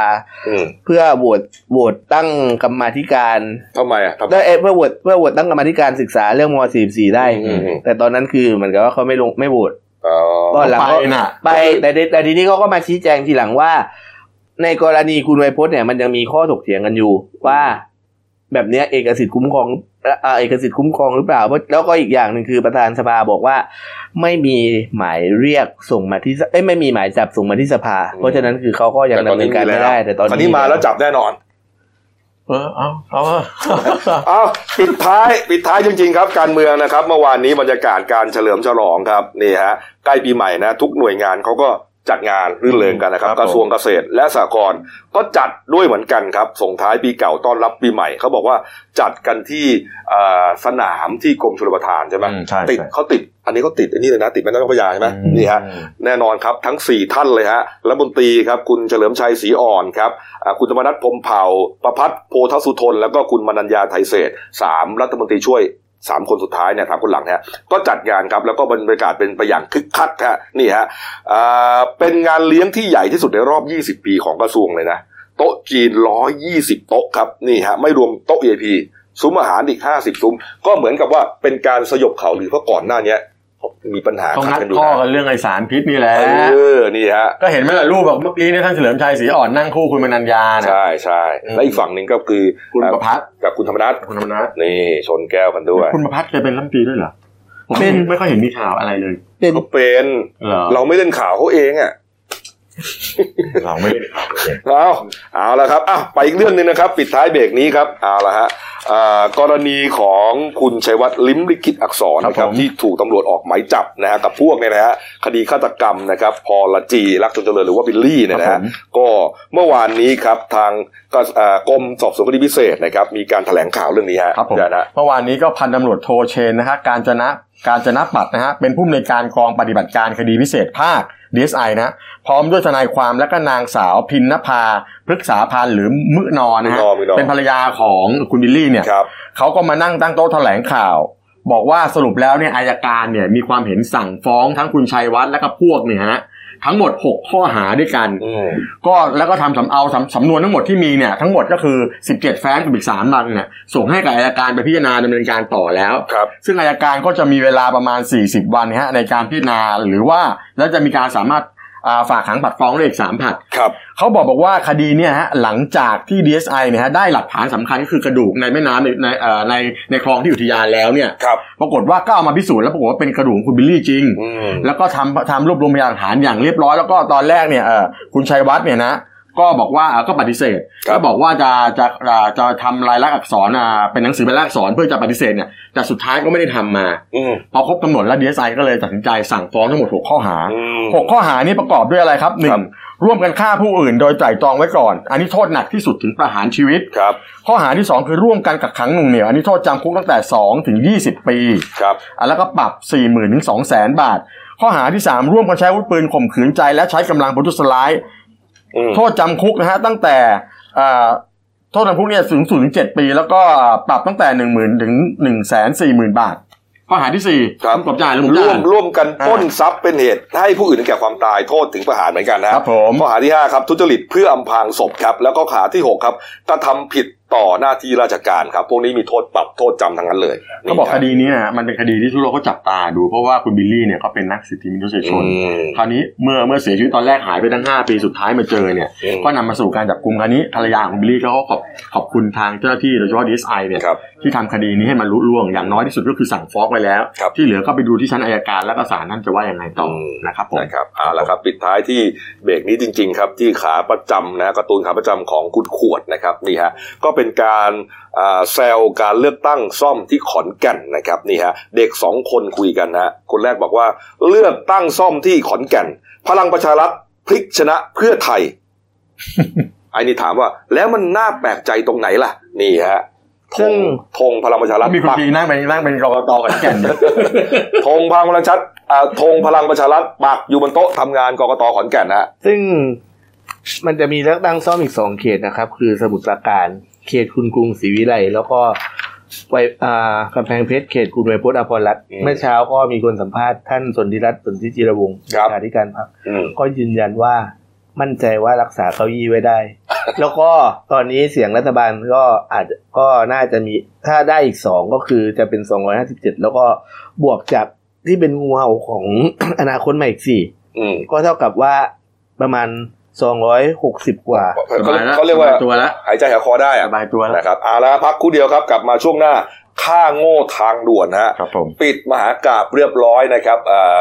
อืม เพื่อโหวตโหวตตั้งกรรมาธิการ ทำไมอ่ะทำไม ได้เอ้ยเพื่อโหวตเพื่อโหวตตั้งกรรมาธิการศึกษาเรื่องม .44 ได้ อืม แต่ตอนนั้นคือเหมือนกับว่าเขาไม่ลงไม่โหวต อ๋อ ตอนหลังก็ ไปน่ะ ไปแต่ทีแต่ทีนี้เขาก็มาชี้แจงทีหลังว่า ในกรณีคุณไวยพจน์เนี่ยมันยังมีข้อถกเถียงกันอยู่ ว่าแบบเนี้ยเอกสิทธิ์คุ้มครองเอ่อเอกสิทธิ์คุ้มครองหรือเปล่าเพราะแล้วก็อีกอย่างหนึ่งคือประธานสภาบอกว่า ไม่มีหมายเรียกส่งมาที่สเอ้ยไม่มีหมายจับส่งมาที่สภา อืม เพราะฉะนั้นคือเขาก็ยังดำเนินการไม่ได้ แต่ตอน คราว นี้ นี้มาแล้วจับแน่นอน เออเอาเอา เอาปิดท้ายปิดท้ายจริงๆครับ การเมืองนะครับ เมื่อวานนี้บรรยากาศการเฉลิมฉลองครับนี่ฮะใกล้ปีใหม่นะทุกหน่วยงานเขาก็จัดงานรื่นเริงกันนะครับ กระทรวงเกษตรและสหกรณ์ก็จัดด้วยเหมือนกันครับ ส่งท้ายปีเก่าต้อนรับปีใหม่เขาบอกว่าจัดกันที่เอ่อสนามที่กรมชลประทานใช่ไหม อืมใช่ ติด ใช่ เขาติด อันนี้เขาติดอันนี้เลยนะ ติดแม่น้ำเจ้าพระยาใช่ไหม อืม นี่ฮะ แน่นอนครับทั้ง 4 ท่านเลยฮะรัฐมนตรีครับคุณเฉลิมชัยศรีอ่อนครับอ่าคุณธรรมนัฐพรหมเผ่า ประพัฒน์โพธสุทน แล้วก็คุณมนัญญาไทยเศษสามรัฐมนตรีช่วยสามคนสุดท้ายเนี่ยสามคนหลังฮะก็จัดงานครับแล้วก็บรรยากาศเป็นไปอย่างคึกคักฮะนี่ฮะอ่าเป็นงานเลี้ยงที่ใหญ่ที่สุดในรอบ 20 ปีของกระทรวงเลยนะ โต๊ะจีน 120 โต๊ะครับนี่ฮะไม่รวมโต๊ะ EAP ซุ้มอาหารอีกห้าสิบซุ้ม ก็เหมือนกับว่าเป็นการสยบเขาหรือเพราะก่อนหน้าเนี้ยมีปัญหา ต้อง ขัด นัด กันอยู่ ข้อ นะ กันเรื่องไอสารพิษนี่แหละ เออนี่ฮะ ก็เห็นไหมล่ะรูปแบบเมื่อกี้เนี่ยท่านเฉลิมชัยศรีอ่อนนั่งคู่คุณมนัญญานะ ใช่ใช่ อืม และอีกฝั่งหนึ่งก็คือ คุณประพัฒน์ กับคุณธรรมนัฐ คุณธรรมนัส นี่ชนแก้วกันด้วย คุณประพัฒน์เคยเป็นรัฐมนตรีด้วยเหรอผม เป็น ไม่ค่อยเห็นมีข่าวอะไรเลย เป็น เขาเป็น เหรอ เราไม่เล่นข่าวเขาเองอ่ะ เราไม่ได้ข่าวเลย เอาเอาละครับอ่ะไปอีกเรื่องหนึ่งนะครับ ปิดท้ายเบรกนี้ครับเอาละฮะอ่ากรณีของคุณชัยวัฒน์ลิ้มลิขิตอักษรนะค ครั รั บบ ผม ที่ถูกตำรวจออกหมายจับนะฮะกับพวกเนี่ยนะฮะคดีฆาตกรรมนะครับ พอละจีรักจนเจริญหรือว่าบิลลี่เนี่ยนะ ครั ฮะ บผม ก็เมื่อวานนี้ครับทางกระอ่ากรมสอบสวนคดีพิเศษนะครับ มีการแถลงข่าวเรื่องนี้ฮะ ครับผม นะฮะ เมื่อวานนี้ก็พันตำรวจโทเชนนะฮะการจนะการจนะปัดนะฮะเป็นผู้อำนวยการกองปฏิบัติการคดีพิเศษภาค DSI นะฮะพร้อมด้วยทนายความและก็นางสาวพินนภาพฤกษาพันธ์หรือมือนอนนะฮะ มื้อนอมื้อนอ เป็นภรรยาของคุณบิลลี่เนี่ย ครับ เขาก็มานั่งตั้งโต๊ะแถลงข่าว บอกว่าสรุปแล้วเนี่ยอายการเนี่ยมีความเห็นสั่งฟ้องทั้งคุณชัยวัฒน์และก็พวกเนี่ยฮะทั้งหมด 6 ข้อหาด้วยกัน อืม ก็แล้วก็ทำสำเอาสำสำนวนทั้งหมดที่มีเนี่ยทั้งหมดก็คือ 17 แฟ้มกับอีก3ลังเนี่ยส่งให้กับอายการไปพิจารณาดำเนินการต่อแล้ว ครับ ซึ่งอายการก็จะมีเวลาประมาณ 40 วันนะฮะในการพิจารณาหรือว่าแล้วจะมีการสามารถอ่าฝากขังผัดฟ้องได้อีกสามผัด ครับ เขาบอกบอกว่าคดีเนี่ยฮะหลังจากที่ DSI เนี่ยฮะได้หลักฐานสำคัญก็คือกระดูกในแม่น้ำในในเอ่อในในคลองที่อุทยานแล้วเนี่ย ครับ ปรากฏว่าก็เอามาพิสูจน์แล้วปรากฏว่าเป็นกระดูกของคุณบิลลี่จริง อืม แล้วก็ทำทำรวบรวมพยานหลักฐานอย่างเรียบร้อยแล้วก็ตอนแรกเนี่ยเอ่อคุณชัยวัฒน์เนี่ยนะก็บอกว่าเอ่อก็ปฏิเสธ ครับ ก็บอกว่าจะจะจะจะทำลายลักษณ์อักษรอ่าเป็นหนังสือเป็นลายลักษณ์อักษรเพื่อจะปฏิเสธเนี่ยแต่สุดท้ายก็ไม่ได้ทำมา อืม พอครบกำหนดแล้ว DSI ก็เลยตัดสินใจสั่งฟ้องทั้งหมดหกข้อหา อืม หกข้อหานี้ประกอบด้วยอะไรครับหคนึ่รั ง บ ร่วมกันฆ่าผู้อื่นโดยไตร่ตรองไว้ก่อน อันนี้โทษหนักที่สุดถึงประหารชีวิต ครับ ข้อหาที่สองคือร่วมกันกักขังหน่วงเหนียวอันนี้โทษจำคุกตั้งแต่2ถึง20 ปี ครับ อ่ะแล้วก็ปรับ4 0 0 0 0ถึง200,000 บาท ข้อหาที่สามร่วมกันใช้อาวุธปืนข่มขืนใจและใช้กำลังประทุษร้าย อืม โทษจำคุกนะฮะตั้งแต่อ่าโทษจำคุกเนี่ยสูงสุดถึง7ปี แล้วก็ปรับตั้งแต่ 1 0,000ถึง1 4 0 0 0 0 บาท ข้อหาที่สี่ ครับ ผมกบจ่ายแล้วผม ร่ว จ่าม ย ร่วมกันปล้นทรัพย์เป็นเหตุให้ผู้อื่นถึงแก่ความตายโทษถึงประหารเหมือนกันนะครับ ผม ข้อหาที่ 5 ครับ ทุจริตเพื่ออำพรางศพครับ แล้วก็ข้อหาที่ 6 ครับกระทำผิดต่อหน้าที่ราชการครับ พวกนี้มีโทษปรับโทษจำทั้งนั้นเลย ก็บอก นี่ ค รั ดีนี้นะมันเป็นคดีที่ทั่วโลกเขาจับตาดูเพราะว่าคุณบิลลี่เนี่ยเขาเป็นนักสิทธิมนุษยชน อืม คราวนี้เมื่อเมื่อเสียชีวิตตอนแรกหายไปตั้ง 5 ปีสุดท้ายมาเจอเนี่ย อืม ก็นำมาสู่การจับกลุ่มคราวนี้ภรรยาของบิลลี่ก็ขอบขอบคุณทางเจ้าหน้าที่โดยเฉพาะดีเอสไอเนี่ย ครับ ที่ทำคดีนี้ให้มันรู้ล่วงอย่างน้อยที่สุดก็คือสั่งฟ้องไปแล้ว ครับ ที่เหลือก็ไปดูที่ชั้นอายการแล้วก็ศาลนั่นจะว่ายังไงต่ออ ม นะครับผม นะครับเอาละครับปิดท้ายที่เบรกนี้จริง ๆ ครับที่ขาประจำนะฮะการ์ตูนขาประจำของคุณขวดนะครับนี่ฮะก็เป็นการอ่าแซวการเลือกตั้งซ่อมที่ขอนแก่นนะครับนี่ฮะเด็กสองคนคุยกันนะฮะคนแรกบอกว่าเลือกตั้งซ่อมที่ขอนแก่น พลังประชารัฐพลิกชนะเพื่อไทย ไอ้นี่ถามว่า แล้วมันน่าแปลกใจตรงไหนล่ะ นี่ฮะธงธงพลังประชารั แล้ ฐ วมีคน ปัก จีนนั่งเป็นนั่งเป็นกรกตกันแก่นเนี่ย ธงพลังประชารัฐอ่าธงพลังประชารัฐปักอยู่บนโต๊ะทำงานกกตขอนแก่นนะฮะ ซึ่งมันจะมีเลือกตั้งซ่อมอีกสองเขตนะครับ คือสมุทรปราการเขตคุณกรุงศรีวิไลแล้วก็ไวอ่ากำแพงเพชรเขตคุณไวยพจน์อภรรัตน์ อืม เมื่อเช้าก็มีคนสัมภาษณ์ท่านสนธิรัตน์สนธิจิรวงศ์ ครับ เลขาธิการพรรค อืม ก็ยืนยันว่ามั่นใจว่ารักษาเก้าอี้ไว้ได้ แล้วก็ตอนนี้เสียงรัฐบาลก็อาจจะก็น่าจะมีถ้าได้อีกสองก็คือจะเป็นสองร้อยห้าสิบเจ็ดแล้วก็บวกจากที่เป็นงูเห่าของ อนาคตใหม่อีกสี่ อืม ก็เท่ากับว่าประมาณสองร้อยหกสิบกว่า สบายแล้ว เขาเรียกว่า สบายตัวแล้ว หายใจหายคอได้ ส อะ บายตัวแล้ว นะครับเอาละพักครู่เดียวครับกลับมาช่วงหน้าค่าโง่ทางด่วนฮะ ครับผม ปิดมหากราบเรียบร้อยนะครับเอ่อ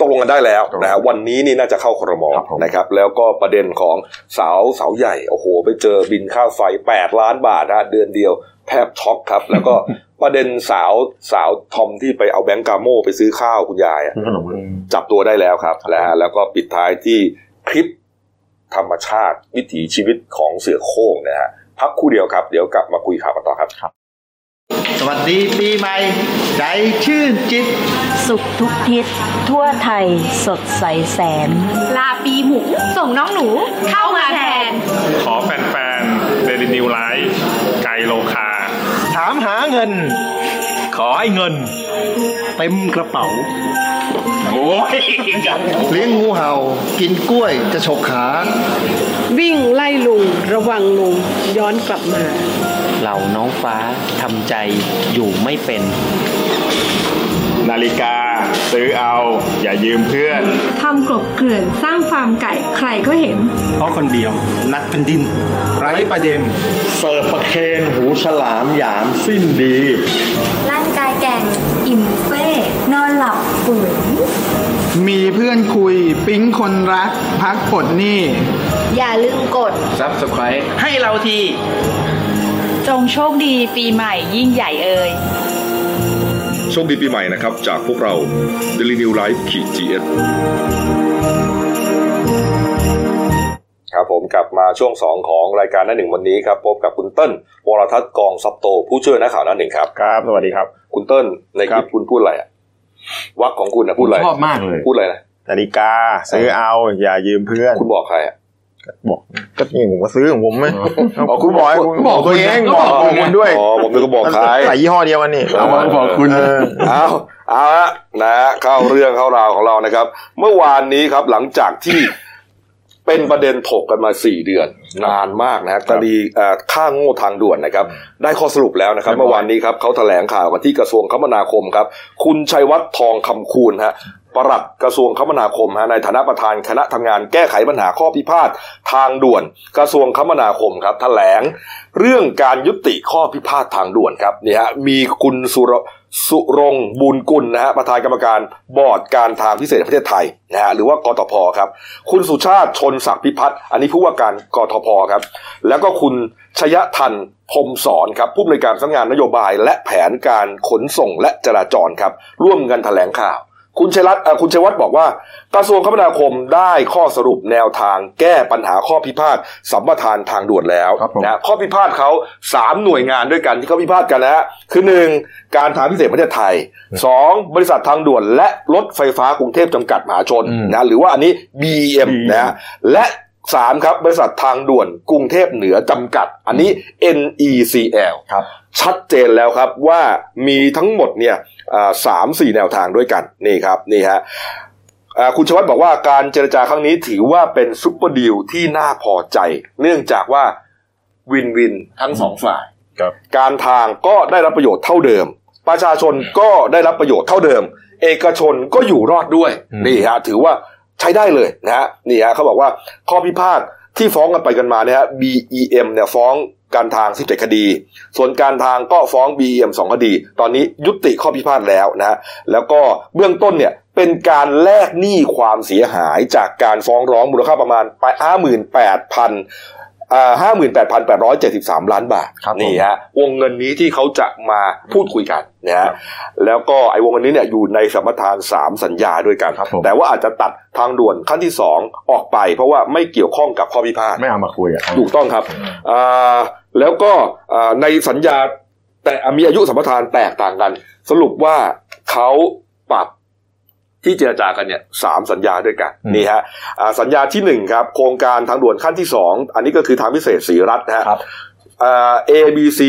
ตกลงกันได้แล้ว ตกลง นะฮะวันนี้นี่น่าจะเข้าครม ครับผม นะครับ แล้วก็ประเด็นของสาวสาวใหญ่โอ้โห ไปเจอบินค่าไฟ 8 ล้านบาทนะฮะเดือนเดียวแทบช็อกครับ แล้วก็ประเด็นสาวสาวทอมที่ไปเอาแบงก์กาโมไปซื้อข้าวคุณยายอะ มีขนมเอง จับตัวได้แล้วครับนะฮะแล้วก็ปิดท้ายที่คลิปธรรมชาติวิถีชีวิตของเสือโคร่งนะฮะพักครู่เดียวครับ เดี๋ยวกลับมาคุยข่าวกันต่อครับ สวัสดีปีใหม่ ใจชื่นจิต สุขทุกทิศ ทั่วไทยสดใสแสน ลาปีหมูส่งน้องหนูเข้ามาแทน ขอแฟนๆเดลินิวไลฟ์ไกลโลคา ถามหาเงิน ขอให้เงิน เต็มกระเป๋า เลี้ยงงูเห่า กินกล้วยจะฉกขา วิ่งไล่ลุงระวังลุงย้อนกลับมา เหล่าน้องฟ้าทำใจอยู่ไม่เป็น นาฬิกา ซื้อเอา อย่ายืมเพื่อน ทำกลบเกลื่อนสร้างฟาร์มไก่ใครก็เห็น เพราะคนเดียว นักเป็นดิน ไร้ประเด็น เสิร์ฟประเคนหูฉลามหยามสิ้นดี ร่างกายแก่งอิ่มเฟ้นอนหลับปุ๋ย มีเพื่อนคุย ปิ๊งคนรัก พักปลดหนี้ อย่าลืมกด ซับสไครให้เราที จงโชคดีปีใหม่ยิ่งใหญ่เอ่ย โชคดีปีใหม่นะครับ จากพวกเรา Daily New Life ขีดจีเอครับผมกลับมาช่วง 2 ของรายการหน้าหนึ่งวันนี้ครับพบกับคุณเติ้ลวรทัศน์กองซับโต ผู้ช่วยนักข่าวหน้าหนึ่งครับ ครับ สวัสดีครับ คุณเติ้ลในคลิปคุณพูดอะไรอะวักของคุณนะพูดอะไร ชอบมากเลย พูดอะไรนะ นาฬิกา ซื้อเอา อย่ายืมเพื่อน คุณบอกใครอะ บอกก็นี่ผมก็ซื้อของผมไหมอ๋อคุณบอกให้คุณ บบ อ อกก คุ ตัวณไง เอง ก็ บบอ อก ก คุ คุณ ไง ณด้วย อ๋อผมนึกว่าบอกใคร ใส่ยี่ห้อเดียวกันนี่ เอามาบอกคุณ เออ เอาเอาละนะฮะเข้าเรื่องเข้าราวของเรานะครับ เมื่อวานนี้ครับหลังจากที่ เป็นประเด็นถกกันมา 4 เดือน นานมากนะฮะคดีเอ่อค่าโง่ทางด่วนนะครับ ได้ข้อสรุปแล้วนะครับ เมื่อวานนี้ครับเขาแถลงข่าวกันที่กระทรวงคมนาคมครับ คุณชัยวัฒน์ทองคำคูณฮะปลัดกระทรวงคมนาคมฮะในฐานะประธานคณะทำงานแก้ไขปัญหาข้อพิพาททางด่วน กระทรวงคมนาคมครับแถลง เรื่องการยุติข้อพิพาททางด่วนครับนี่ฮะมีคุณสุร สุรงค์บูลกุลนะฮะประธานกรรมการบอร์ดการทางพิเศษแห่งประเทศไทยนะฮะหรือว่ากตพครับ คุณสุชาติชนศักดิ์พิพัฒน์อันนี้ผู้ว่าการกทพครับ แล้วก็คุณชยทันพรหมสอนครับผู้อำนวยการสำนักงานนโยบาย และแผนการขนส่งและจราจรครับ ร่วมกันแถลงข่าว คุณชัยรัตน์เอ่อคุณชัยวัฒน์บอกว่า กระทรวงคมนาคมได้ข้อสรุปแนวทางแก้ปัญหาข้อพิพาทสัมปทานทางด่วนแล้วนะข้อพิพาทเขาสามหน่วยงานด้วยกันที่เขาพิพาทกันนะฮะคือหนึ่งการทางพิเศษประเทศไทยสองบริษัททางด่วน และรถไฟฟ้ากรุงเทพจำกัดมหาชนนะหรือว่าอันนี้ BEM นะฮะและสามครับบริษัททางด่วนกรุงเทพเหนือจำกัด อันนี้ NECL ชัดเจนแล้วครับว่ามีทั้งหมดเนี่ยอ่าสามสี่แนวทางด้วยกันนี่ครับนี่ฮะ อ่าคุณชวัตบอกว่าการเจรจาครั้งนี้ถือว่าเป็นซุปเปอร์ดีลที่น่าพอใจ เนื่องจากว่าวินวินทั้งสองฝ่าย ครับ การทางก็ได้รับประโยชน์เท่าเดิม ประชาชนก็ได้รับประโยชน์เท่าเดิม เอกชนก็อยู่รอดด้วยนี่ฮะถือว่าใช้ได้เลยนะฮะนี่ฮะเขาบอกว่าข้อพิพาทที่ฟ้องกันไปกันมาเนี่ยฮะ BEM เนี่ยฟ้องการทาง 17 คดี ส่วนการทางก็ฟ้อง BEM 2 คดี ตอนนี้ยุติข้อพิพาทแล้วนะฮะแล้วก็เบื้องต้นเนี่ยเป็นการแลกหนี้ความเสียหายจากการฟ้องร้องมูลค่าประมาณ 58,000 ห้าหมื่นแปดพันแปดร้อยเจ็ดสิบสามล้านบาทนี่ฮะวงเงินนี้ที่เขาจะมาพูดคุยกันนะฮะแล้วก็ไอ้วงเงินนี้เนี่ยอยู่ในสัมปทานสามสัญญาด้วยกัน แต่ว่าอาจจะตัดทางด่วนขั้นที่สองออกไป เพราะว่าไม่เกี่ยวข้องกับข้อพิพาท ไม่เอามาคุยอ่ะ ถูกต้องครับอ่าแล้วก็อ่าในสัญญาแต่มีอายุสัมปทานแตกต่างกัน สรุปว่าเขาปรับที่เจรจากันเนี่ยสามสัญญาด้วยกันนี่ฮะอ่าสัญญาที่หนึ่งครับ โครงการทางด่วนขั้นที่สองอันนี้ก็คือทางพิเศษสีรัฐนะฮะอ่า ABC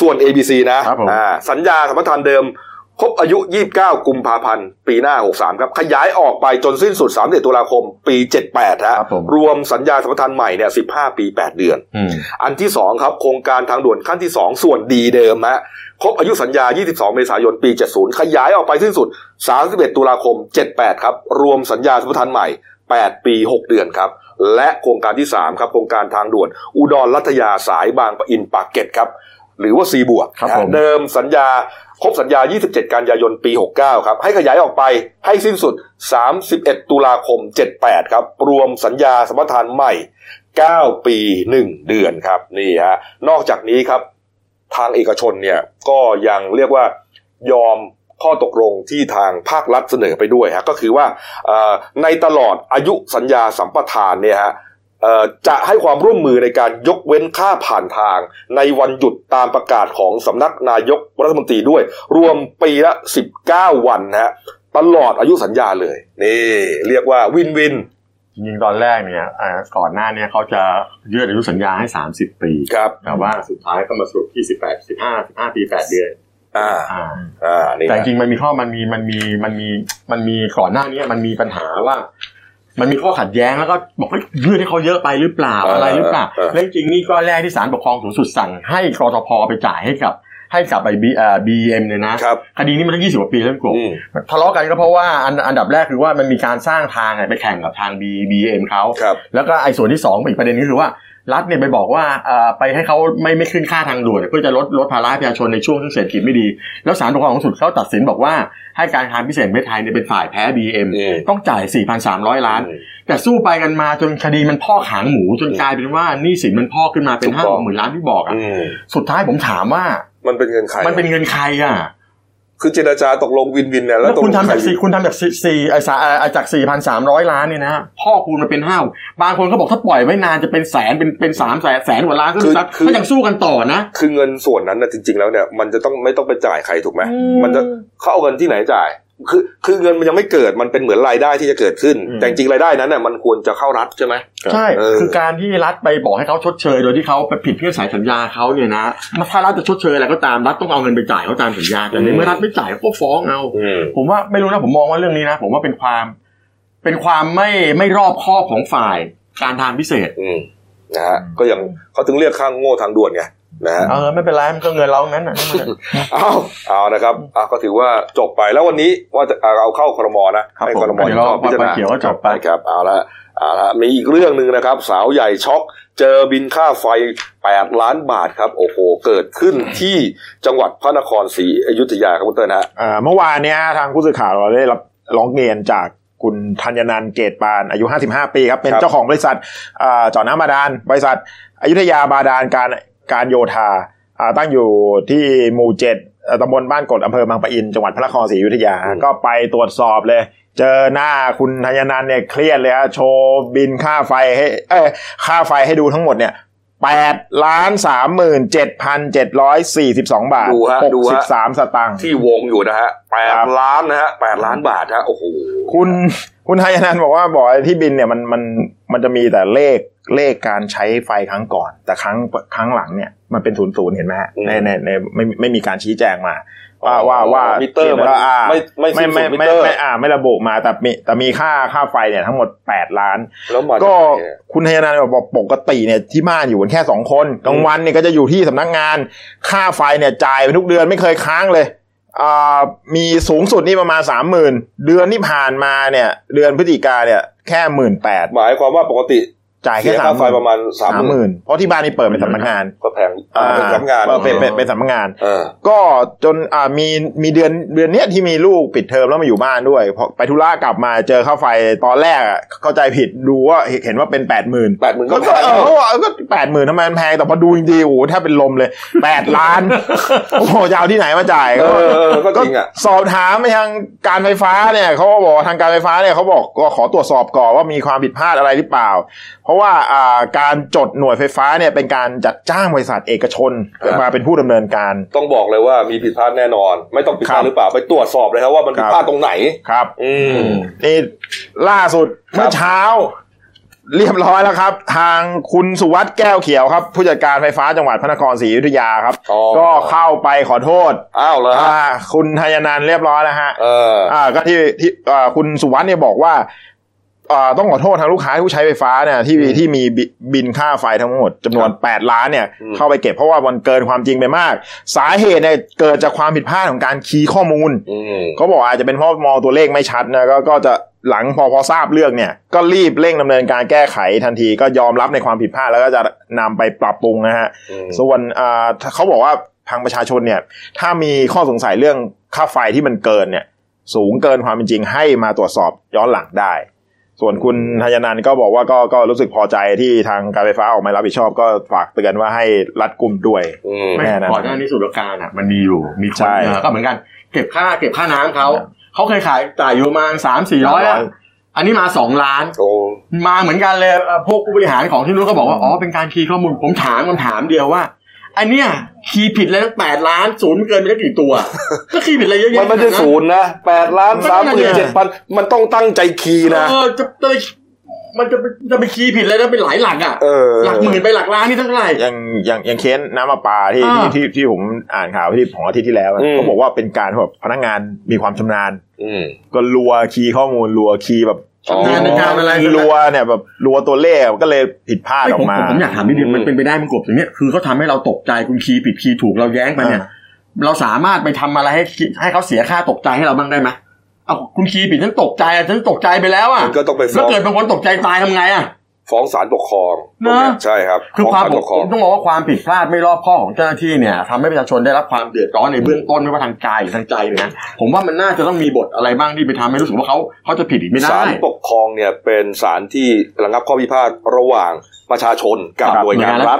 ส่วน ABC นะอ่าสัญญาสัมปทานเดิม ครบอายุ 29 กุมภาพันธ์ ปีหน้า 63 ครับ ขยายออกไปจนสิ้นสุด31ตุลาคม ปี 78 ฮะ รวมสัญญาสัมปทานใหม่เนี่ย 15 ปี 8 เดือน อันที่ 2 ครับ โครงการทางด่วนขั้นที่ 2 ส่วนดีเดิมฮะ ครบอายุสัญญา 22 เมษายน ปี 70 ขยายออกไปสิ้นสุด 31 ตุลาคม 78 ครับ รวมสัญญาสัมปทานใหม่ 8 ปี 6 เดือนครับ และโครงการที่ 3 ครับ โครงการทางด่วน อุดรลัตยาสายบางปะอินปากเกร็ดครับ หรือว่า C บวก ครับ นะฮะ ผม เดิมสัญญา ครบสัญญา 27 กันยายน ปี 69 ครับ ให้ขยายออกไปให้สิ้นสุด 31 ตุลาคม 78 ครับ รวมสัญญาสมรทานใหม่ 9 ปี 1 เดือนครับ นี่ฮะ นอกจากนี้ครับ ทางเอกชนเนี่ย ก็ยังเรียกว่ายอมข้อตกลงที่ทางภาครัฐเสนอไปด้วยฮะ ก็คือว่าเอ่อในตลอดอายุสัญญาสัมปทานเนี่ยฮะ เอ่อจะให้ความร่วมมือในการยกเว้นค่าผ่านทาง ในวันหยุดตามประกาศของสำนักนายกรัฐมนตรีด้วย รวมปีละ 19 วันนะฮะตลอดอายุสัญญาเลย นี่ เรียกว่าวินวิน จริงๆตอนแรกเนี่ยเอ่อก่อนหน้าเนี่ยเขาจะยืดอายุสัญญาให้ 30 ปี ครับ แต่ว่าสุดท้ายก็มาสรุปที่18 15 15 ปี 8 เดือน อ่า อ่ า แต่จริงๆมันมีข้อมันมีมันมีมันมีมันมีก่อนหน้านี้มันมีปัญหาว่า มันมีข้อขัดแย้งแล้วก็บอกว่าเลื่อนให้เขาเยอะไปหรือเปล่า เอออ อะไรหรือเปล่า เออ และจริงๆนี่ก้อนแรกที่ศาลปกครองสูงสุดสั่งให้กรทพไปจ่ายให้กับให้กับไอ้บีเอ่อบีเอ็มเนี่ยนะคดีนี้มันตั้งยี่สิบกว่าปีแล้วกลบทะเลาะกันก็เพราะว่าอันอันดับแรกคือว่ามันมีการสร้างทางอะไปแข่งกับทางบีบีเอ็มเขาแล้วก็ไอ้ส่วนที่สองอีกประเด็นนึงคือว่ารัฐเนี่ยไปบอกว่าเอ่อไปให้เขาไม่ไม่ขึ้นค่าทางด่วนเพื่อจะลดลดภาระประชาชนในช่วงที่เศรษฐกิจไม่ดี แล้วศาลปกครองสูงสุดเขาตัดสินบอกว่าให้การทางพิเศษประเทศไทยเนี่ยเป็นฝ่ายแพ้ BM ต้องจ่าย 4,300 ล้าน แต่สู้ไปกันมาจนคดีมันพ่อกหางหมูจนกลายเป็นว่าหนี่สินมันพ่อกขึ้นมาเป็นห้าหมื่นล้านที่บอกอ่ะสุดท้ายผมถามว่า มันเป็นเงินใคร มันเป็นเงินใครอ่ะ คือเจรจาตกลงวินวินเนี่ยแล้ แล้ว ว ตกล คุณ ง ทำ ใคร จากสี่คุณทำจากสี่สี่ไอ้สาไอ้จากสี่พันสามร้อยล้านเนี่ยนะพ่อคูณมันเป็นห้าบางคนก็บอกถ้าปล่อยไว้นานจะเป็นแสนเป็นเป็นสามแสนแสนกว่าล้านก็คือถ้ายังสู้กันต่อนะ คือเงินส่วนนั้นนะจริง ๆ แล้วเนี่ยมันจะต้องไม่ต้องไปจ่ายใครถูกไหมมันจะเขาเอาเงินที่ไหนจ่าย คือคือเงินมันยังไม่เกิดมันเป็นเหมือนรายได้ที่จะเกิดขึ้น แต่จริงๆรายได้นั้นน่ะมันควรจะเข้ารัฐใช่ไหม ใช่ เออ คือการที่รัฐไปบอกให้เขาชดเชย โดยที่เขาไปผิดเงื่อนไขสัญญาเขาเนี่ยนะถ้ารัฐจะชดเชยอะไรก็ตามรัฐต้องเอาเงินไปจ่ายเขาตามสัญญาแต่ในเมื่อรัฐไม่จ่ายก็ฟ้องเอา ผมว่าไม่รู้นะผมมองว่าเรื่องนี้นะ ผมว่าเป็นความ เป็นความไม่ไม่รอบคอบของฝ่ายการทางพิเศษ นะฮะก็ยังเขาถึงเรียกข้างโง่ทางด่วนไงนะฮะ เออไม่เป็นไรมันก็เงินเราทั้งนั้นน่ะ เอาเอานะครับอ่ะก็ถือว่าจบไปแล้ววันนี้ว่าจะอ่ะเอาเข้าครมนะให้ครม ผมก็เดี๋ยวเรา พิจารณา ไปเกี่ยวก็จบไป ครับเอาละเอาละมีอีกเรื่องหนึ่งนะครับ สาวใหญ่ช็อกเจอบินค่าไฟ 8 ล้านบาทครับ โอ้โห เกิดขึ้นที่จังหวัดพระนครศรีอยุธยาครับคุณเต้นฮะ เอ่อเมื่อวานเนี้ยทางผู้สื่อข่าวเราได้รับร้องเรียนจากคุณธัญนันท์เกตปานอายุ 55 ปีครับ เป็นเจ้าของบริษัทเอ่อเจาะน้ำบาดาลบริษัทอยุธยาบาดาลการการโยธาอ่าตั้งอยู่ที่หมู่เจ็ดเอ่อตำบลบ้านกดอำเภอบางปะอิน จังหวัดพระนครศรีอยุธยา ก็ไปตรวจสอบเลย เจอหน้าคุณธัญนันท์เนี่ยเครียดเลยฮะโชว์บินค่าไฟให้เอ้ยค่าไฟให้ดูทั้งหมดเนี่ยแปดล้านสามหมื่นเจ็ดพันเจ็ดร้อยสี่สิบสองบาท ดูฮะ หก ดู สิ ฮะ บสามสตางค์ ที่วงอยู่นะฮะแปดล้านนะฮะแปดล้านบาทฮะโอ้โห คุณคุณไทยนันท์บอกว่าบอกไอ้ที่บินเนี่ยมันมันมันจะมีแต่เลขเลขการใช้ไฟครั้งก่อน แต่ครั้งครั้งหลังเนี่ยมันเป็นศูนย์ศูนย์เห็นไหมฮะในในในไม่ไม่มีการชี้แจงมา ว่าว่าว่า มิเตอร์มัน ว่าอ่า ไม่ไม่ ไม่ไม่ ไม่ ไม่ มิเตอร์ ไม่อ่าไม่ระบุมาแต่มีแต่มีค่าค่าไฟเนี่ยทั้งหมด 8 ล้าน แล้วมาจาก ก็ ไหนเนี่ย คุณธยานันท์บอกปกติเนี่ยที่บ้านอยู่กันแค่สองคนกลางวันเนี่ยก็จะอยู่ที่สำนักงาน ค่าไฟเนี่ยจ่ายไปทุกเดือนไม่เคยค้างเลยอ่ามีสูงสุดนี่ประมาณสามหมื่นเดือนที่ผ่านมาเนี่ย เดือนพฤศจิกาเนี่ยแค่หมื่นแปด หมายความว่าปกติ จ่ายแค่ เสี สา ค่าม ไฟประมาณสาม สาม ห ห มื่ มื่ น นเพราะที่บ้านนี่เปิดเป็นสำนักงาน ก็แพงเป็นสำนักงาน เออเป็นเป็นเป็นสำนักงาน ก็จนอ่ามีมีเดือนเดือนเนี้ยที่มีลูกปิดเทอมแล้วมาอยู่บ้านด้วยพอไปธุระกลับมาเจอค่าไฟตอนแรกอะเข้าใจผิดดูว่าเห็นเห็นว่าเป็นแปดหมื่น แปดหมื่น ก็ ก็แพง เออก็ว่าเออก็แปดหมื่นทำไมมันแพงแต่พอดูจริงๆโอ้โหถ้าเป็นลมเลยแปด ล้าน โอ้โหจะเอาที่ไหนมาจ่าย เออเออก็จริงอะ สอบถามไปทางการไฟฟ้าเนี่ยเขาก็บอกว่าทางการไฟฟ้าเนี่ยเขาบอกก็ขอตรวจสอบก่อนว่ามีความผิดพลาดอะไรหรือเปล่า เพราะว่าอ่าการจดหน่วยไฟฟ้าเนี่ยเป็นการจัดจ้างบริษัทเอกชนมาเป็นผู้ดำเนินการ ต้องบอกเลยว่ามีผิดพลาดแน่นอน ไม่ต้องผิดพลาดหรือเปล่าไปตรวจสอบเลยครับว่ามันผิดพลาดตรงไหน ครับ อืม นี่ล่าสุดเมื่อเช้า เรียบร้อยแล้วครับ ทางคุณสุวัสด์แก้วเขียวครับ ผู้จัดการไฟฟ้าจังหวัดพระนครศรีอยุธยาครับ ก็เข้าไปขอโทษ อ้าวเหรอฮะ าคุณทยานันท์เรียบร้อยแล้วฮะ เออ อ่าก็ที่ที่อ่าคุณสุวัสด์เนี่ยบอกว่าอ่าต้องขอโทษทางลูกค้าผู้ใช้ไฟฟ้าเนี่ยที่ที่มีบิบินค่าไฟทั้งหมดจำนวน 8 ล้านเนี่ย อืม เข้าไปเก็บเพราะว่ามันเกินความจริงไปมาก สาเหตุเนี่ยเกิดจากความผิดพลาดของการคีย์ข้อมูล อืม เขาบอกอาจจะเป็นเพราะมองตัวเลขไม่ชัดนะก็ก็จะหลังพอพอทราบเรื่องเนี่ย ก็รีบเร่งดำเนินการแก้ไขทันทีก็ยอมรับในความผิดพลาดแล้วก็จะนำไปปรับปรุงนะฮะ อืม ส่วนอ่าเขาบอกว่าทางประชาชนเนี่ย ถ้ามีข้อสงสัยเรื่องค่าไฟที่มันเกินเนี่ย สูงเกินความเป็นจริงให้มาตรวจสอบย้อนหลังได้ ส่วนคุณธยานันท์ก็บอกว่าก็ก็รู้สึกพอใจที่ทางการไฟฟ้าออกมารับผิดชอบก็ฝากเตือนว่าให้รัดกุมด้วย ไม่ แน่นะ ก่อนหน้านี้สุรการอ่ะมันมีอยู่มีคน ใช่ เออก็เหมือนกัน เก็บค่าเก็บค่าน้ำเขาเขาเคยขายจ่ายอยู่ประมาณสามสี่ร้อยอะอันนี้มาสองล้าน มาเหมือนกันเลยเอ่อพวกผู้บริหารของที่นู้นก็บอกว่าอ๋อเป็นการคีย์ข้อมูลผมถามคำถามเดียวว่าไอันเนี้ยคีย์ผิดเลยตั้งแปดล้านศูนย์เกินไปได้กี่ตัว ก็คีย์ผิดอะไรเยอะแยะ มันไม่ใช่ศูนย์นะแปดล้านสามหมื่นเจ็ดพันมันต้องตั้งใจคีย์นะ เออจะจะมันจะจะไปคีย์ผิดเลยนะเป็นหลายหลักอ่ะ เออ หลักหมื่นไปหลักล้านนี่เท่าไหร่ อย่างอย่างอย่างเคสน้ำประปาที่ อ่า ที่ที่ที่ผมอ่านข่าวที่ของอาทิตย์ที่แล้วอะ อืม เขาบอกว่าเป็นการแบบพนักงานมีความชำนาญ อืม ก็รัวคีย์ข้อมูลรัวคีย์แบบ ชำนาญในการอะไร รัวเนี่ยแบบรัวตัวเลขก็เลยผิดพลาด ไม่ ออ ผม กมา ผมผมอยากถามนิดเดียวมันเป็นไปได้มันกบอย่างเนี้ยคือเขาทำให้เราตกใจคุณคีย์ผิดคีย์ถูกเราแย้งไปเนี่ย เราสามารถไปทำอะไรให้คิดให้เขาเสียค่าตกใจให้เราบ้างได้ไหมเอาคุณคีย์ผิดฉันตกใจอะฉันตกใจไปแล้วอ่ะ มันก็ต้องไปฟ้ แล้ อ ว ง เกิดบางคนตกใจตายทำไงอ่ะ ฟ้องศาลปกครองตรงเนี้ย นะ ใช่ครับ คือ ฟ้อง ความ ศาล ผ ป ม กครอง ต้องบอกว่าความผิดพลาดไม่รอบคอบของเจ้าหน้าที่เนี่ยทำให้ประชาชนได้รับความเดือดร้อนในเบื้องต้นไม่ว่าทางกายหรือทางใจเลยนะผมว่ามันน่าจะต้องมีบทอะไรบ้างที่ไปทำให้รู้สึกว่าเขาเขาจะผิดอีกไม่ได้ ศาลปกครองเนี่ยเป็นศาลที่ระงับข้อพิพาทระหว่างประชาชนกับ ครับ หน่วยงานรัฐ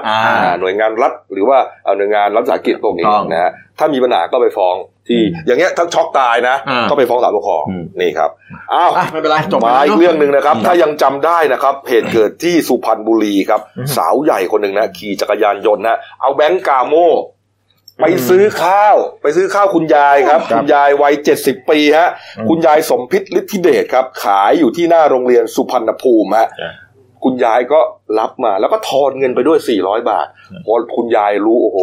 หน่วยงานรัฐอ่า อ่าหน่วยงานรัฐ หรือว่าเอ่อหน่วยงานรัฐวิสาหกิจพวกนี้ ถูกต้อง นะฮะถ้ามีปัญหาก็ไปฟ้องที่อย่างเงี้ยถ้าช็อกตายนะ อ่า ก็ไปฟ้องศาลปกครองนี่ครับอ้าว อ่ะไม่เป็นไรจบ มา แล้วเนอะ อีกเรื่องหนึ่งนะครับ ถ้ายังจำได้นะครับเหตุเกิดที่สุพรรณบุรีครับ สาวใหญ่คนหนึ่งนะขี่จักรยานยนต์นะเอาแบงก์กาโม ไปซื้อข้าว ไปซื้อข้าวคุณยายครับ คุณยายวัยเจ็ดสิบปีฮะคุณยายสมพิษฤทธิเดชครับ ขายอยู่ที่หน้าโรงเรียนสุพรรณภูมิฮะคุณยายก็รับมาแล้วก็ทอนเงินไปด้วยสี่ร้อยบาทพอคุณยายรู้โอ้โห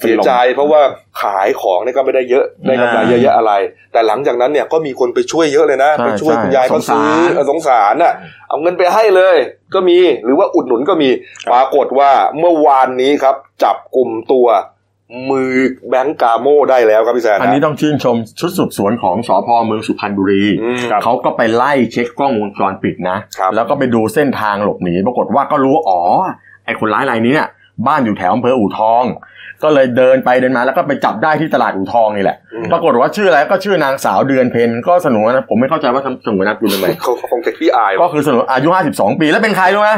เสียใจเพราะว่าขายของเนี่ยก็ไม่ได้เยอะได้กำไรเยอะแยะอะไร แต่หลังจากนั้นเนี่ยก็มีคนไปช่วยเยอะเลยนะ ใช่ ไปช่วย ใช่ คุณยายเขา สง ซื้อ สาร เออสงสารน่ะเอาเงินไปให้เลย ก็มีหรือว่าอุดหนุนก็มีปรากฏว่าเมื่อวานนี้ครับ จับกลุ่มตัว มือแบงก์กาโมได้แล้วครับพี่แซน อันนี้ต้องชื่นชมชุดสืบสวนของสพเมืองสุพรรณบุรีครับเขาก็ไปไล่เช็คกล้องวงจรปิดนะ แล้วก็ไปดูเส้นทางหลบหนี ปรากฏว่าก็รู้ว่าอ๋อไอ้คนร้ายรายนี้เนี่ยบ้านอยู่แถวอำเภออู่ทอง ก็เลยเดินไปเดินมาแล้วก็ไปจับได้ที่ตลาดอู่ทองนี่แหละ ปรากฏว่าชื่ออะไรก็ชื่อนางสาวเดือนเพนก็สนุนนะผมไม่เข้าใจว่าสนุนนะคุณทำไม เขาคงจะขี้อาย ก็คือสนุนอายุ 52 ปีแล้วเป็นใครรู้ไหม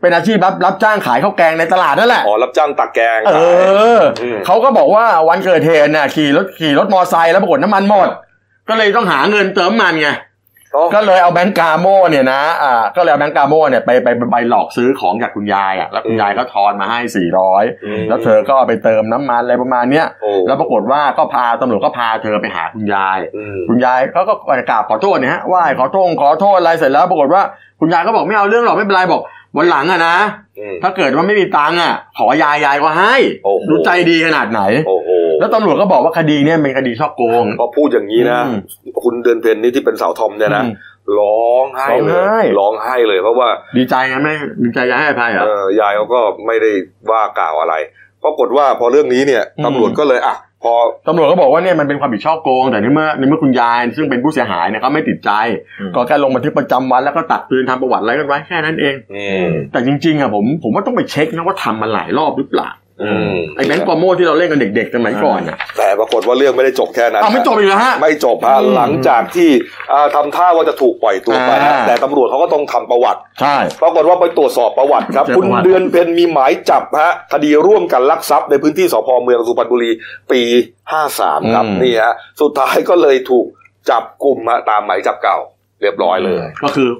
เป็นอาชีพรับรับจ้างขายข้าวแกงในตลาดนั่นแหละ อ๋อรับจ้างตักแกง เออ ม เขาก็บอกว่าวันเกิดเหตุน่ะขี่รถขี่รถมอไซค์แล้วปรากฏน้ำมันหมด ก็เลยต้องหาเงินเติมมันไง ก็เลยเอาแบงก์กาโมเนี่ยนะอ่าก็เลยเอาแบงก์กาโมเนี่ยไปไปไปไปหลอกซื้อของจากคุณยายอ่ะแล้วคุณยายก็ทอนมาให้ 400 แล้วเธอก็เอาไปเติมน้ำมันอะไรประมาณเนี้ยแล้วปรากฏว่าก็พาตำรวจก็พาเธอไปหาคุณยาย คุณยายเขาก็กราบขอโทษเนี่ยฮะไหว่าขอโทษขอโทษอะไรเสร็จแล้ว ปรากฏว่าคุณยายก็บอกไม่เอาเรื่องหรอกไม่เป็นไรบอกวันหลังอะนะ ถ้าเกิดว่าไม่มีตังค์อ่ะ ขอยายยายก็ให้รู้ใจดีขนาดไหน แล้วตำรวจก็บอกว่าคดีเนี่ยเป็นคดีชอบโกง พอพูดอย่างนี้นะ อืม คุณเดือนเพนนี่ที่เป็นสาวทอมเนี่ยนะ อืม ร้องไห้เล ร้องไห้ ยร้องไห้เลยเพราะว่า ดีใจไงแม่ดีใจยายให้อภัยเหรอ เออยายเขาก็ไม่ได้ว่ากล่าวอะไรปรากฏว่าพอเรื่องนี้เนี่ย อืม ตำรวจก็เลยอ่ะ พอ ตำรวจก็บอกว่าเนี่ยมันเป็นความผิดชอบโกง แต่ในเมื่อในเมื่อคุณยายซึ่งเป็นผู้เสียหายเนี่ยเขาไม่ติดใจ ก็แค่ลงบันทึกประจำวันแล้วก็ตักเตือนทำประวัติอะไรกันไว้แค่นั้นเองแต่จริงๆอ่ะผมผมว่าต้องไปเช็คนะว่าทำมาหลายรอบหรือเปล่า ม ไอ้แบงก์กอโมที่เราเล่นกันเด็กๆสมัยก่อนอ่ะ แต่ปรากฏว่าเรื่องไม่ได้จบแค่นั้น อ้าวไม่จบอีกเหรอฮะ ไม่จบฮะหลังจากที่อ่าทำาท่าว่าจะถูกปล่อยตัวไปนะ อ่า แต่ตำรวจเขาก็ต้องทำประวัติ ใช่ ปรากฏว่าไปตรวจสอบประวัติครับ เจอประวัคุติณเดือนเพ็ญมีหมายจับฮะคดีร่วมกันลักทรัพย์ในพื้นที่สพเมืองสุพรรณบุรีปี 53 ครับนี่ฮะสุดท้ายก็เลยถูกจับกลุ่มฮะตามหมายจับเก่า เรียบร้อยเลย ก็คือ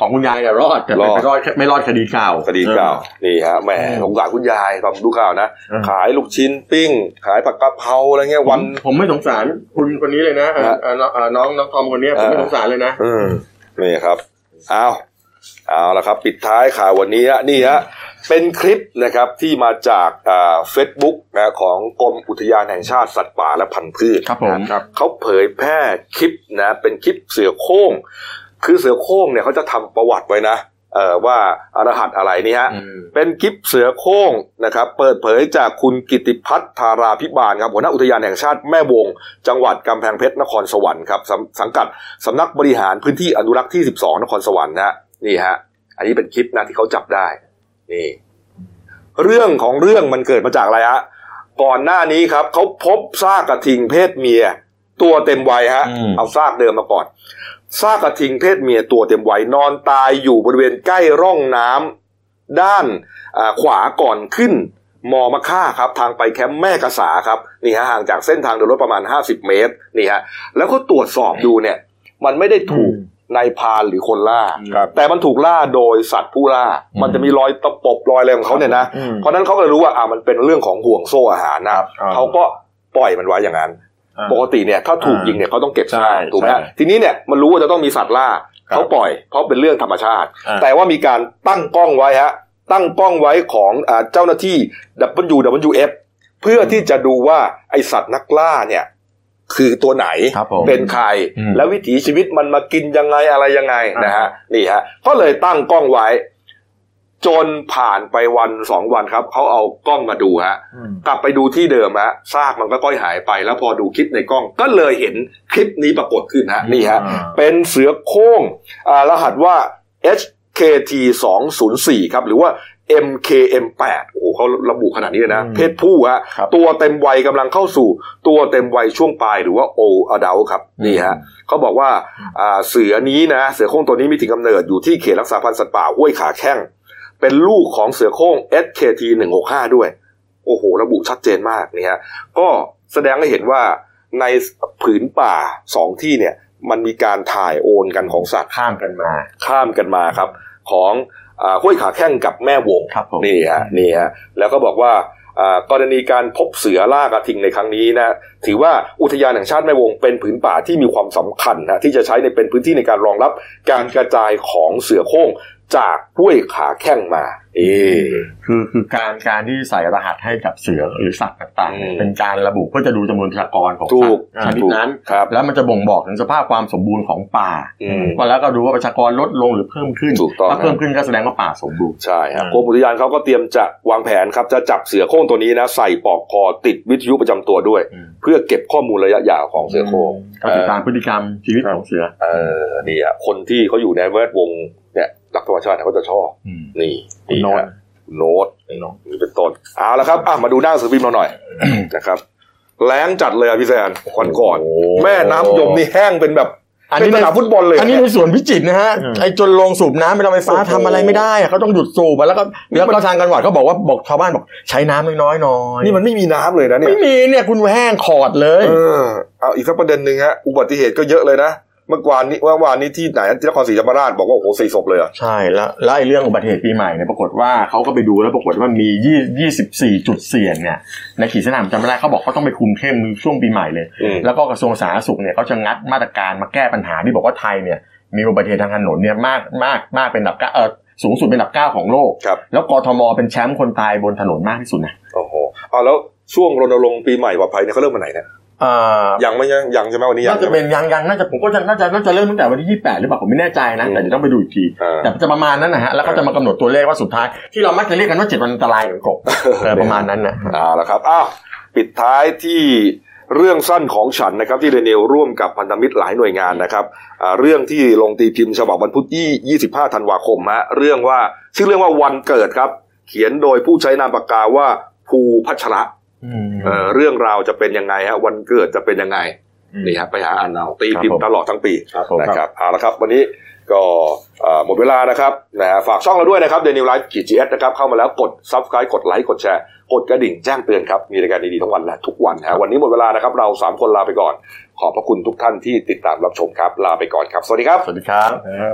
ของคุณยายอะรอดแต่ไม่รอดไม่รอดคดีเก่า คดีเก่านี่ฮะแหมสงสารคุณยายตอนดูข่าวนะ ขายลูกชิ้นปิ้ง ขายผักกะเพราอะไรเงี้ยวัน ผมไม่สงสารคุณคนนี้เลยนะอ่ะอ่ะน้องอ่ะน้องน้องทอมคนเนี้ยผมไม่สงสารเลยนะ อืมนี่ครับ เอาเอาละครับ ปิดท้ายข่าววันนี้ฮะนี่ฮะ เป็นคลิปนะครับที่มาจากเฟซบุ๊กนะของกรมอุทยานแห่งชาติสัตว์ป่าและพันธุ์พืช ครับผม นะครับเขาเผยแพร่คลิปนะเป็นคลิปเสือโคร่ง คือเสือโคร่งเนี่ยเขาจะทำประวัติไว้นะเอ่อว่ารหัสอะไรนี่ฮะ เป็นคลิปเสือโคร่งนะครับ เปิดเผยจากคุณกิติพัฒน์ธาราพิบาลครับหัวหน้าอุทยานแห่งชาติแม่วง จังหวัดกำแพงเพชรนครสวรรค์ครับสำสังกัดสำนักบริหารพื้นที่อนุรักษ์ที่ 12 นครสวรรค์นะฮะนี่ฮะ อันนี้เป็นคลิปนะที่เขาจับได้นี่ เรื่องของเรื่องมันเกิดมาจากอะไรฮะก่อนหน้านี้ครับเขาพบซากกระทิงเพศเมีย ตัวเต็มวัยฮะ เอาซากเดิมมาก่อน ซากกระทิงเพศเมียตัวเต็มวัยนอนตายอยู่บริเวณใกล้ร่องน้ำด้านอ่าขวาก่อนขึ้น มอมะค่าครับ ทางไปแคมป์แม่กษาครับนี่ฮะห่างจากเส้นทางเดินรถประมาณ 50 เมตรนี่ฮะแล้วก็ตรวจสอบดูเนี่ย มันไม่ได้ถูกนายพรานหรือคนล่า แต่มันถูกล่าโดยสัตว์ผู้ล่า มันจะมีรอยตะปบรอยอะไรของเขาเนี่ยนะ อืม เพราะฉะนั้นเขาก็เลยรู้ว่าอ่ามันเป็นเรื่องของห่วงโซ่อาหารนะครับเขาก็ปล่อยมันไว้อย่างนั้น อ่า ปกติเนี่ยถ้าถูก อ่ายิ ยิงเนี่ยเขาต้องเก็บซากถูกไหม ใช่ ฮะทีนี้เนี่ยมันรู้ว่าจะต้องมีสัตว์ล่าเขาปล่อย เพราะเป็นเรื่องธรรมชาติ อ่า แต่ว่ามีการตั้งกล้องไว้ฮะตั้งกล้องไว้ของอ่าเจ้าหน้าที่ WWF เพื่อที่จะดูว่าไอสัตว์นักล่าเนี่ย คือตัวไหนเป็นใคร แล้ววิถีชีวิตมันมากินยังไงอะไรยังไงนะฮะนี่ฮะก็เลยตั้งกล้องไว้ จนผ่านไปวันสองวันครับเขาเอากล้องมาดูฮะกลับไปดูที่เดิมฮะซากมันก็ก้อยหายไป แล้วพอดูคลิปในกล้องก็เลยเห็นคลิปนี้ปรากฏขึ้นฮะนี่ฮะเป็นเสือโคร่งอ่ารหัสว่า HKT 2 0 4ครับหรือว่า MKM8 โอ้โหเขาระบุขนาดนี้เลยนะ เพศผู้ฮะตัวเต็มวัยกำลังเข้าสู่ ตัวเต็มวัยช่วงปลายหรือว่าโออดัลครับนี่ฮะเขาบอกว่าอ่าเสือนี้นะ เสือโคร่งตัวนี้มีถิ่นกำเนิดอยู่ที่เขตรักษาพันธุ์สัตว์ป่าห้วยขาแข้ง เป็นลูกของเสือโคร่ง SKT 165ด้วย โอ้โห ระบุชัดเจนมากนี่ฮะก็แสดงให้เห็นว่าในผืนป่าสองที่เนี่ย มันมีการถ่ายโอนกันของสัตว์ ข้ามกันมา ข้ามกันมาครับของอ่าห้วยขาแข้งกับแม่วงนี่ฮะนี่ฮะแล้วก็บอกว่าอ่ากรณีการพบเสือล่ากระทิงในครั้งนี้นะถือว่าอุทยานแห่งชาติแม่วงเป็นผืนป่าที่มีความสำคัญนะที่จะใช้ในเป็นพื้นที่ในการรองรับการกระจายของเสือโคร่งจากห้วยขาแข้งมา เอ คือคือการการที่ใส่รหัสให้กับเสือหรือสัตว์ต่างๆเนี่ยเป็นการระบุเพื่อจะดูจำนวนประชากรของ ถู สัต ก ว์ชนิดนั้น ครับ แล้วมันจะบ่งบอกถึงสภาพความสมบูรณ์ของป่า อืม ก็แล้วก็ดูว่าประชากรลดลงหรือเพิ่มขึ้น ถูกต้อง ถ้าเพิ่มขึ้นก็แสดงว่าป่าสมบูรณ์ ใช่ฮะกรมอุทยานเขาก็เตรียมจะวางแผนครับ จะจับเสือโคร่งตัวนี้นะ ใส่ปลอกคอติดวิทยุประจำตัวด้วย เพื่อเก็บข้อมูลระยะยาวของเสือโคร่ง ก็ติดตามพฤติกรรมชีวิตของเสือ เออนี่ฮะคนที่เขาอยู่ในแวดวงเนี่ยรักธรรมชาติเนี่ยเขาจะชอบนี่นี่ฮะโน้ตนี่เป็นต้นเอาละครับอ่ะมาดูหน้าหนังสือพิมพ์เรา หน่อย นะครับแรงจัดเลยอะพี่แซนวันก่อนแม่น้ำยมนี่แห้งเป็นแบบ อัน เป็ นี้ นสนามฟุตบอลเลย อันนี้ในสวนพิจิตรนะฮะไอ้จนลงสูบน้ำไปทำไฟฟ้าทำอะไรไม่ได้อะเขาต้องหยุดสูบอะแล้วก็แล้วก็ทางกันหวัดเขาบอกว่าบอกชาวบ้านบอกใช้น้ำน้อยๆหน่อย นี่มันไม่มีน้ำเลยนะเนี่ย ไม่มีเนี่ยคุณแห้งขอดเลย เออเอาอีกสักประเด็นหนึ่งฮะอุบัติเหตุก็เยอะเลยนะ เมื่อวานนี้เมื่อวานนี้ที่ไหนที่นครศรีธรรมราชบอกว่าโอ้โหสี่ศพเลยอะ ใช่แล้วแล้วไอ้เรื่องอุบัติเหตุปีใหม่เนี่ยปรากฏว่าเขาก็ไปดูแล้วปรากฏว่ามี 24 จุดเสี่ยงเนี่ยในขีดเส้นใต้ผมจำไม่ได้เขาบอกเขาต้องไปคุมเข้มช่วงปีใหม่เลย อืม แล้วก็กระทรวงสาธารณสุขเนี่ยเขาจะงัดมาตรการมาแก้ปัญหาที่บอกว่าไทยเนี่ยมีอุบัติเหตุทางถนนเนี่ยมากมากมากเป็นอันดับเก้าเออสูงสุดเป็นอันดับเก้าของโลก แล้วกทมเป็นแชมป์คนตายบนถนนมากที่สุดนะ โอ้โหเอาแล้วช่วงรณรงค์ปีใหม่ปลอดภัยเนี่ยเขาเริ่มมาไหนเนี่ยยังไม่ยังยังใช่ไหมวันนี้ยัง น่าจะเป็นยังยังน่าจะผมก็จะน่าจะน่าจะเริ่มตั้งแต่วันที่ 28 หรือเปล่าผมไม่แน่ใจนะ แต่เดี๋ยวต้องไปดูอีกที แต่จะประมาณนั้นนะฮะ แล้วก็จะมากำหนดตัวเลขว่าสุดท้าย ที่เรามักจะเรียกกันว่า 7 วันอันตรายของกบ เออประมาณนั้นนะ เอาละครับอ้าวปิดท้ายที่เรื่องสั้นของฉันนะครับ ที่เดนิลร่วมกับพันธมิตรหลายหน่วยงานนะครับอ่าเรื่องที่ลงตีพิมพ์ฉบับวันพุธที่25ธันวาคมฮะเรื่องว่าชื่อเรื่องว่าวันเกิดครับ เขียนโดยผู้ใช้นามปากกาว่าภูพัชระ เอ่อเรื่องราวจะเป็นยังไงฮะวันเกิดจะเป็นยังไงนี่ฮะไปหาอ่านเอาตีพิมพ์ตลอดทั้งปีนะครับเอาละครับ วันนี้ก็เอ่อหมดเวลานะครับนะฮะฝากช่องเราด้วยนะครับเดนิวไลฟ์กีจีเอสนะครับเข้ามาแล้วกดซับสไครต์กดไลค์กดแชร์ กดกระดิ่งแจ้งเตือนครับ มีรายการดีๆทั้งวันและทุกวันฮะวันนี้หมดเวลานะครับ เรา 3 คนลาไปก่อน ขอบพระคุณทุกท่านที่ติดตามรับชมครับลาไปก่อนครับ สวัสดีครับ สวัสดีครับ